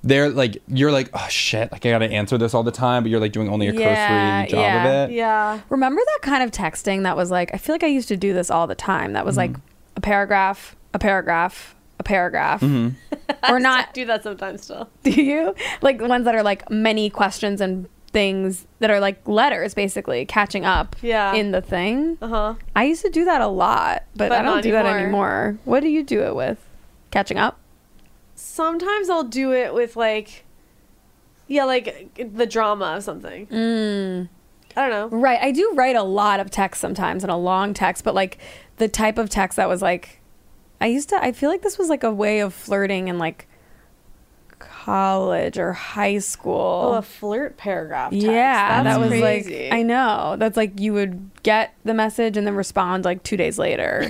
they're like, you're like, "Oh shit!" Like I gotta answer this all the time, but you're like doing only a
Yeah,
cursory job
yeah,
of it.
Yeah.
Remember that kind of texting that was like, I feel like I used to do this all the time. That was
Mm-hmm.
like a paragraph, a paragraph, a paragraph.
Mm-hmm.
Or
I
not,
do that sometimes still.
do you? Like ones that are like many questions and things that are like letters basically catching up
Yeah.
in the thing.
Uh huh.
I used to do that a lot, but,
But
I don't
not
do that
anymore.
anymore. What do you do it with? Catching up?
Sometimes I'll do it with like, yeah, like the drama of something. Mm. I don't know.
Right. I do write a lot of text sometimes and a long text, but like the type of text that was like, I used to, I feel like this was like a way of flirting in like college or high
Oh,
school.
a flirt paragraph. Text.
yeah.
That's
that was
crazy.
like, I know. That's like you would get the message and then respond like two days later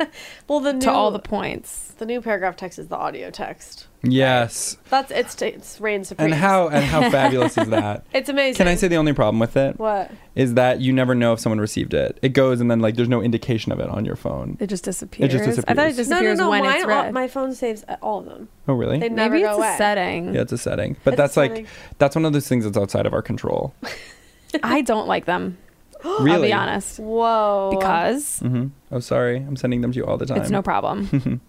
well the new
to all the points.
the new paragraph text is the audio text.
Yes,
That's it's it's reign supreme.
and how and how fabulous is that?
It's amazing.
Can I say the only problem with it?
what?
is that you never know if someone received it. It goes and then like there's no indication of it on your phone.
It just disappears. I thought it
disappears.
No, no,
disappears
no.
when
Mine,
it's read.
my phone saves all of them.
Oh really?
They never
Maybe
go
it's
away.
a setting.
yeah, it's a setting. But
It's a
that's like
setting.
that's one of those things that's outside of our control.
I don't like them.
really?
I'll be honest.
Whoa.
Because
hmm Oh sorry. I'm sending them to you all the time.
It's no problem.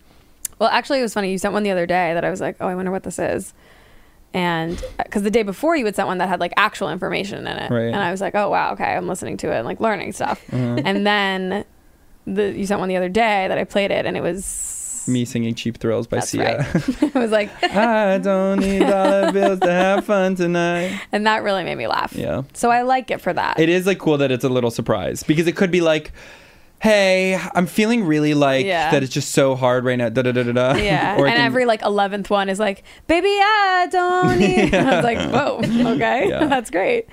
well, actually, it was funny. You sent one the other day that I was like, oh, I wonder what this is. And because the day before you had sent one that had like actual information in it.
Right. Uh-huh.
And I was like, oh, wow, okay, I'm listening to it and like learning stuff. And then the, you sent one the other day that I played it and it was.
Me singing Cheap Thrills by
That's
Sia.
it was like,
I don't need dollar bills to have fun tonight.
and that really made me laugh.
Yeah.
So I like it for that.
It is like cool that it's a little surprise because it could be like, hey, I'm feeling really like
Yeah.
that it's just so hard right now. Da da da da da.
Yeah.
Or it
and
can-
every like 11th one is like, baby, I don't need. And I was like, whoa, okay,
Yeah.
that's great.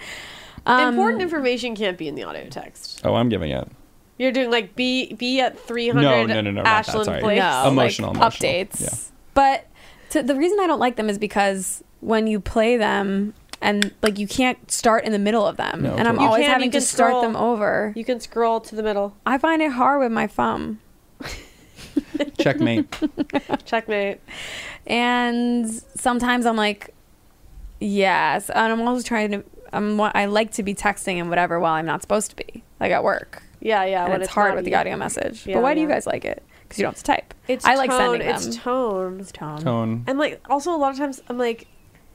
Um,
Important information can't be in the audio text.
Oh, I'm giving it.
You're doing like be be at 300
No, no, no, no, not that,
Ashland
sorry.
Place.
No,
Emotional,
like,
emotional.
updates.
Yeah.
But to, the reason I don't like them is because when you play them and like you can't start in the middle of them,
No,
and I'm
totally. You
always
can, you
having to
can
start them
scroll.
over.
You can scroll to the middle.
I find it hard with my thumb,
Checkmate.
Checkmate.
and sometimes I'm like, yes, and I'm always trying to. I'm wa- I like to be texting and whatever while I'm not supposed to be, like at work.
Yeah, yeah.
And
when
it's, hard
not
with the
you.
audio message.
Yeah,
but why do you
yeah.
guys like it? Because you don't have to type.
It's
I like
tone,
sending them.
It's tone.
It's tone.
Tone.
And like also a lot of times I'm like,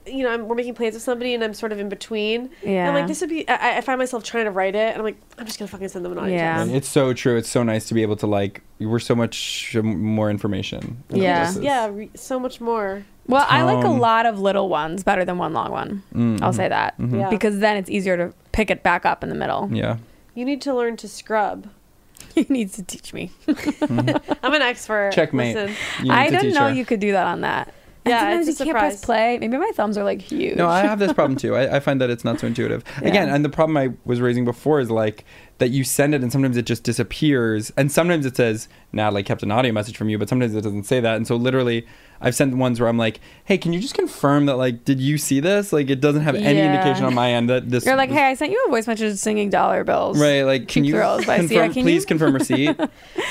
you know, I'm, we're making plans with somebody and I'm sort of in between. And
Yeah.
I'm like, this would be. I, I- I find myself trying to write it, and I'm like, I'm just gonna fucking send them an audio.
Yeah.
Text.
Right. It's so true. It's so nice to be able to like. We're so much more information. in
Yeah.
places.
Yeah. Re- so much more.
Well, I like a
Tone.
lot of little ones better than one long one.
Mm, mm-hmm.
I'll say that
Yeah.
because then it's easier to pick it back up in the middle.
Yeah.
You need to learn to scrub.
you need to teach me.
I'm an expert.
Checkmate.
Listen.
You need
I
to
didn't
teach
know
her.
you could do that on that. And
Yeah,
sometimes
it's a
you can't press play.
surprise.
Maybe my thumbs are like huge.
No, I have this problem too. I, I find that it's not so intuitive. Again, and the problem I was raising before is like that you send it and sometimes it just disappears. And sometimes it says, Natalie kept an audio message from you, but sometimes it doesn't say that. And so literally, I've sent ones where I'm like, hey, can you just confirm that, like, did you see this? Like, it doesn't have any
Yeah.
indication on my end that this.
You're like,
this-
hey, I sent you a voice message singing dollar bills.
Right, like, can
Cheap
you
Thrills by Sia.
confirm,
Can you-
please confirm receipt?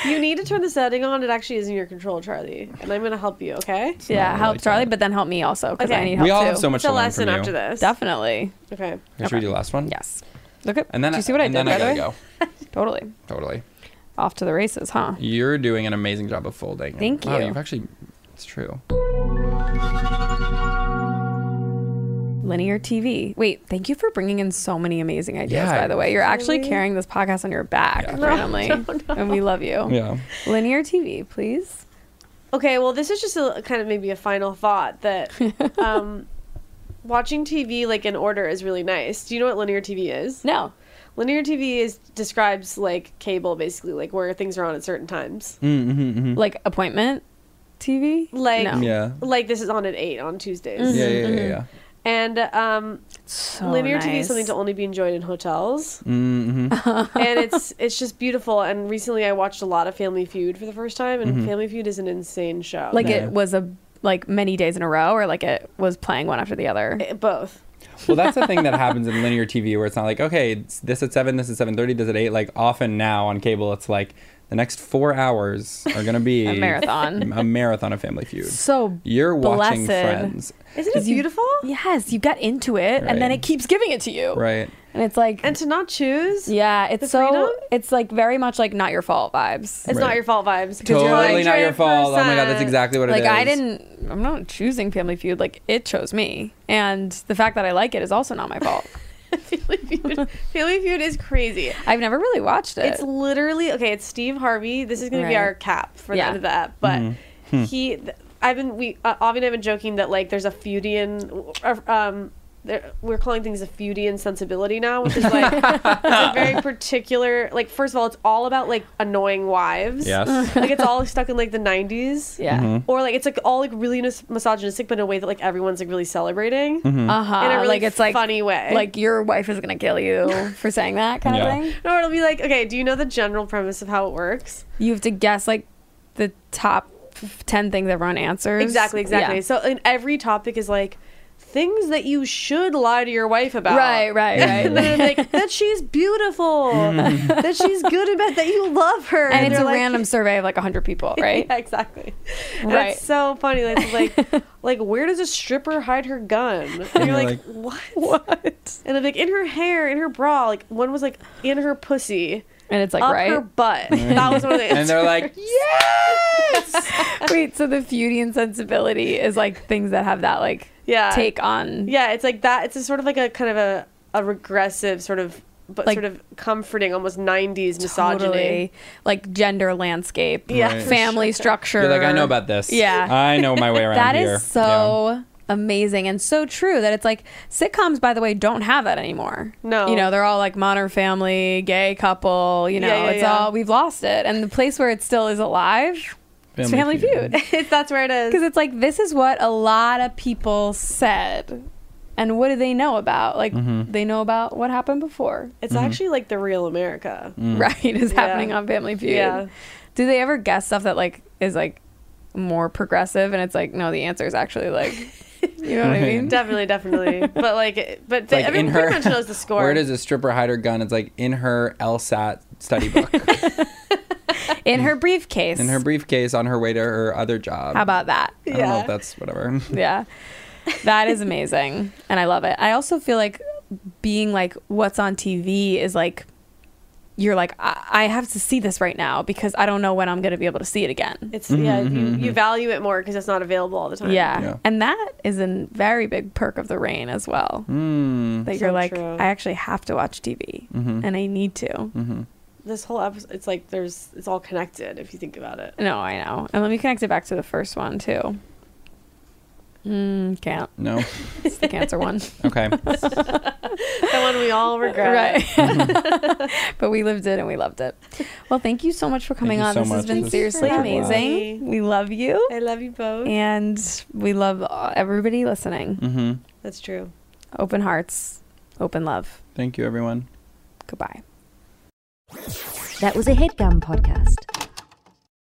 You need to turn the setting on. It actually is in your control, Charlie. And I'm going to help you, okay?
Yeah,
really
help
like
Charlie,
that.
but then help me also because
Okay.
I need help
we all
too.
have so much
It's
to
a
learn
lesson
from you.
after this.
Definitely.
Okay.
Should we do the last one?
Yes. Look at.
And then
do you see what I,
and
did?
Then
by the
I
way?
gotta
Totally.
go. Totally.
Off to the races, huh?
You're doing an amazing job of folding. And-
Thank
Wow,
you.
you've actually. It's true.
linear TV. Wait, thank you for bringing in so many amazing ideas,
Yeah.
by the way. You're actually carrying this podcast on your back randomly, and we love you.
Yeah.
Linear TV, please.
Okay, well, this is just a kind of maybe a final thought that um, watching TV like in order is really nice. Do you know what linear TV is?
No.
Linear TV is describes like cable, basically, like where things are on at certain times.
Mm.
Like appointment TV?
Like
No.
Hmm. Yeah.
Like this is on at eight on Tuesdays,
Mm-hmm.
Yeah, yeah, yeah, yeah.
and um,
So
linear TV
Oh, nice.
is something to only be enjoyed in hotels,
Mm-hmm.
and it's it's just beautiful. And recently, I watched a lot of Family Feud for the first time,
Mm-hmm.
and Family Feud is an insane show.
Like
Yeah.
it was a like many days in a row or like it was playing one after the other.
it, Eh, both.
Well, that's the thing that happens in linear TV where it's not like, okay, it's this at 7, this at 7.30, this at 8. Like, often now on cable, it's like the next four hours are going to be
A marathon.
a marathon of Family Feud.
So
You're watching
blessed.
Friends.
Isn't it beautiful?
Yes, you get into it,
Right.
and then it keeps giving it to you.
Right.
And it's like,
And to not choose,
yeah, it's so,
freedom?
it's like very much like not your fault vibes.
it's
Right.
not your fault vibes.
Totally not your fault. Oh my God, that's exactly what it is.
like I didn't, I'm not choosing Family Feud. Like it chose me, and the fact that I like it is also not my fault.
Family Feud, Family Feud is crazy.
I've never really watched it.
It's literally okay. It's Steve Harvey. This is going to be
Right.
our cap for the
Yeah.
end of the app. But he, th- I've been we uh, Avi and I've been joking that like there's a Feudian, uh, um, there, we're calling things a Feudian sensibility now, which is like it's a very particular. Like first of all, it's all about like annoying wives.
Yes.
like it's all stuck in like the 90s.
yeah,
Mm-hmm.
Or like it's like all like really mis- misogynistic, but in a way that like everyone's like really celebrating
uh huh.
in a really
like it's like
funny way.
Like your wife is gonna kill you for saying that kind
Yeah.
of thing.
No, it'll be like, okay, do you know the general premise of how it works?
You have to guess like the top ten things everyone answers.
Exactly, exactly.
Yeah.
So, and every topic is like things that you should lie to your wife about.
Right, right, right. Mm.
And then like that she's beautiful, that she's good in bed, that you love her,
and it's
they're
a
like-
random survey of like 100 people right
Yeah, exactly.
Right.
That's so funny. Like, it's like, like, where does a stripper hide her gun? And you're,
you're
like,
like,
what? What? And I'm like, in her hair, in her bra. Like, one was like, in her pussy,
and it's like
up
right
her butt. That was one of the.
And they're like,
wait so the feudian sensibility is like things that have that like
yeah,
take on
Yeah, it's like that. It's a sort of like a kind of a, a regressive sort of, but
Like-
sort of comforting, almost '90s misogyny.
totally like gender landscape
Yeah,
Right.
for
family structure
you're like, I know about this.
Yeah.
I know my way around
That is
here. Yeah.
so amazing and so true that it's like sitcoms by the way don't have that anymore
No.
you know they're all like modern family gay couple you know
Yeah, yeah,
it's
yeah.
all we've lost it and the place where it still is alive is family feud
It's, that's where it
Because
is.
it's like this is what a lot of people said, and what do they know about? Like
Mm-hmm.
they know about what happened before,
It's actually like the real America.
Mm-hmm.
right? Is
Yeah.
happening on Family Feud.
Yeah.
Do they ever guess stuff that like is like more progressive, and it's like no, the answer is actually like, you know what I mean?
Definitely, definitely. but like, it- but
It's
they, everyone pretty much knows the score.
Where does a stripper hide her gun? It's like in her LSAT study book,
In her briefcase.
in her briefcase on her way to her other job.
How about that?
I don't know
Yeah.
if that's whatever.
yeah that is amazing and i love it i also feel like being like what's on tv is like you're like i, I have to see this right now because i don't know when i'm going to be able to see it again
It's yeah.
Mm-hmm,
You, you value it more because it's not available all the time.
yeah.
Yeah.
and that is a very big perk of the rain as well
Mm.
that you're
So
like
true.
i actually have to watch tv
Mm-hmm.
and i need to
This whole episode, it's like there's, it's all connected if you think about it.
no i know and let me connect it back to the first one too mm, can't
No.
it's the cancer one
Okay.
The one we all regret.
Right.
Mm-hmm.
but we lived it and we loved it. Well, thank you so much for coming
you
on.
so
this has
much.
been
This was
seriously
such a
blast.
amazing. We love you.
I love you both.
And we love uh, everybody listening.
hmm
That's true.
Open hearts, open love.
Thank you, everyone.
Goodbye.
That was a headgum podcast.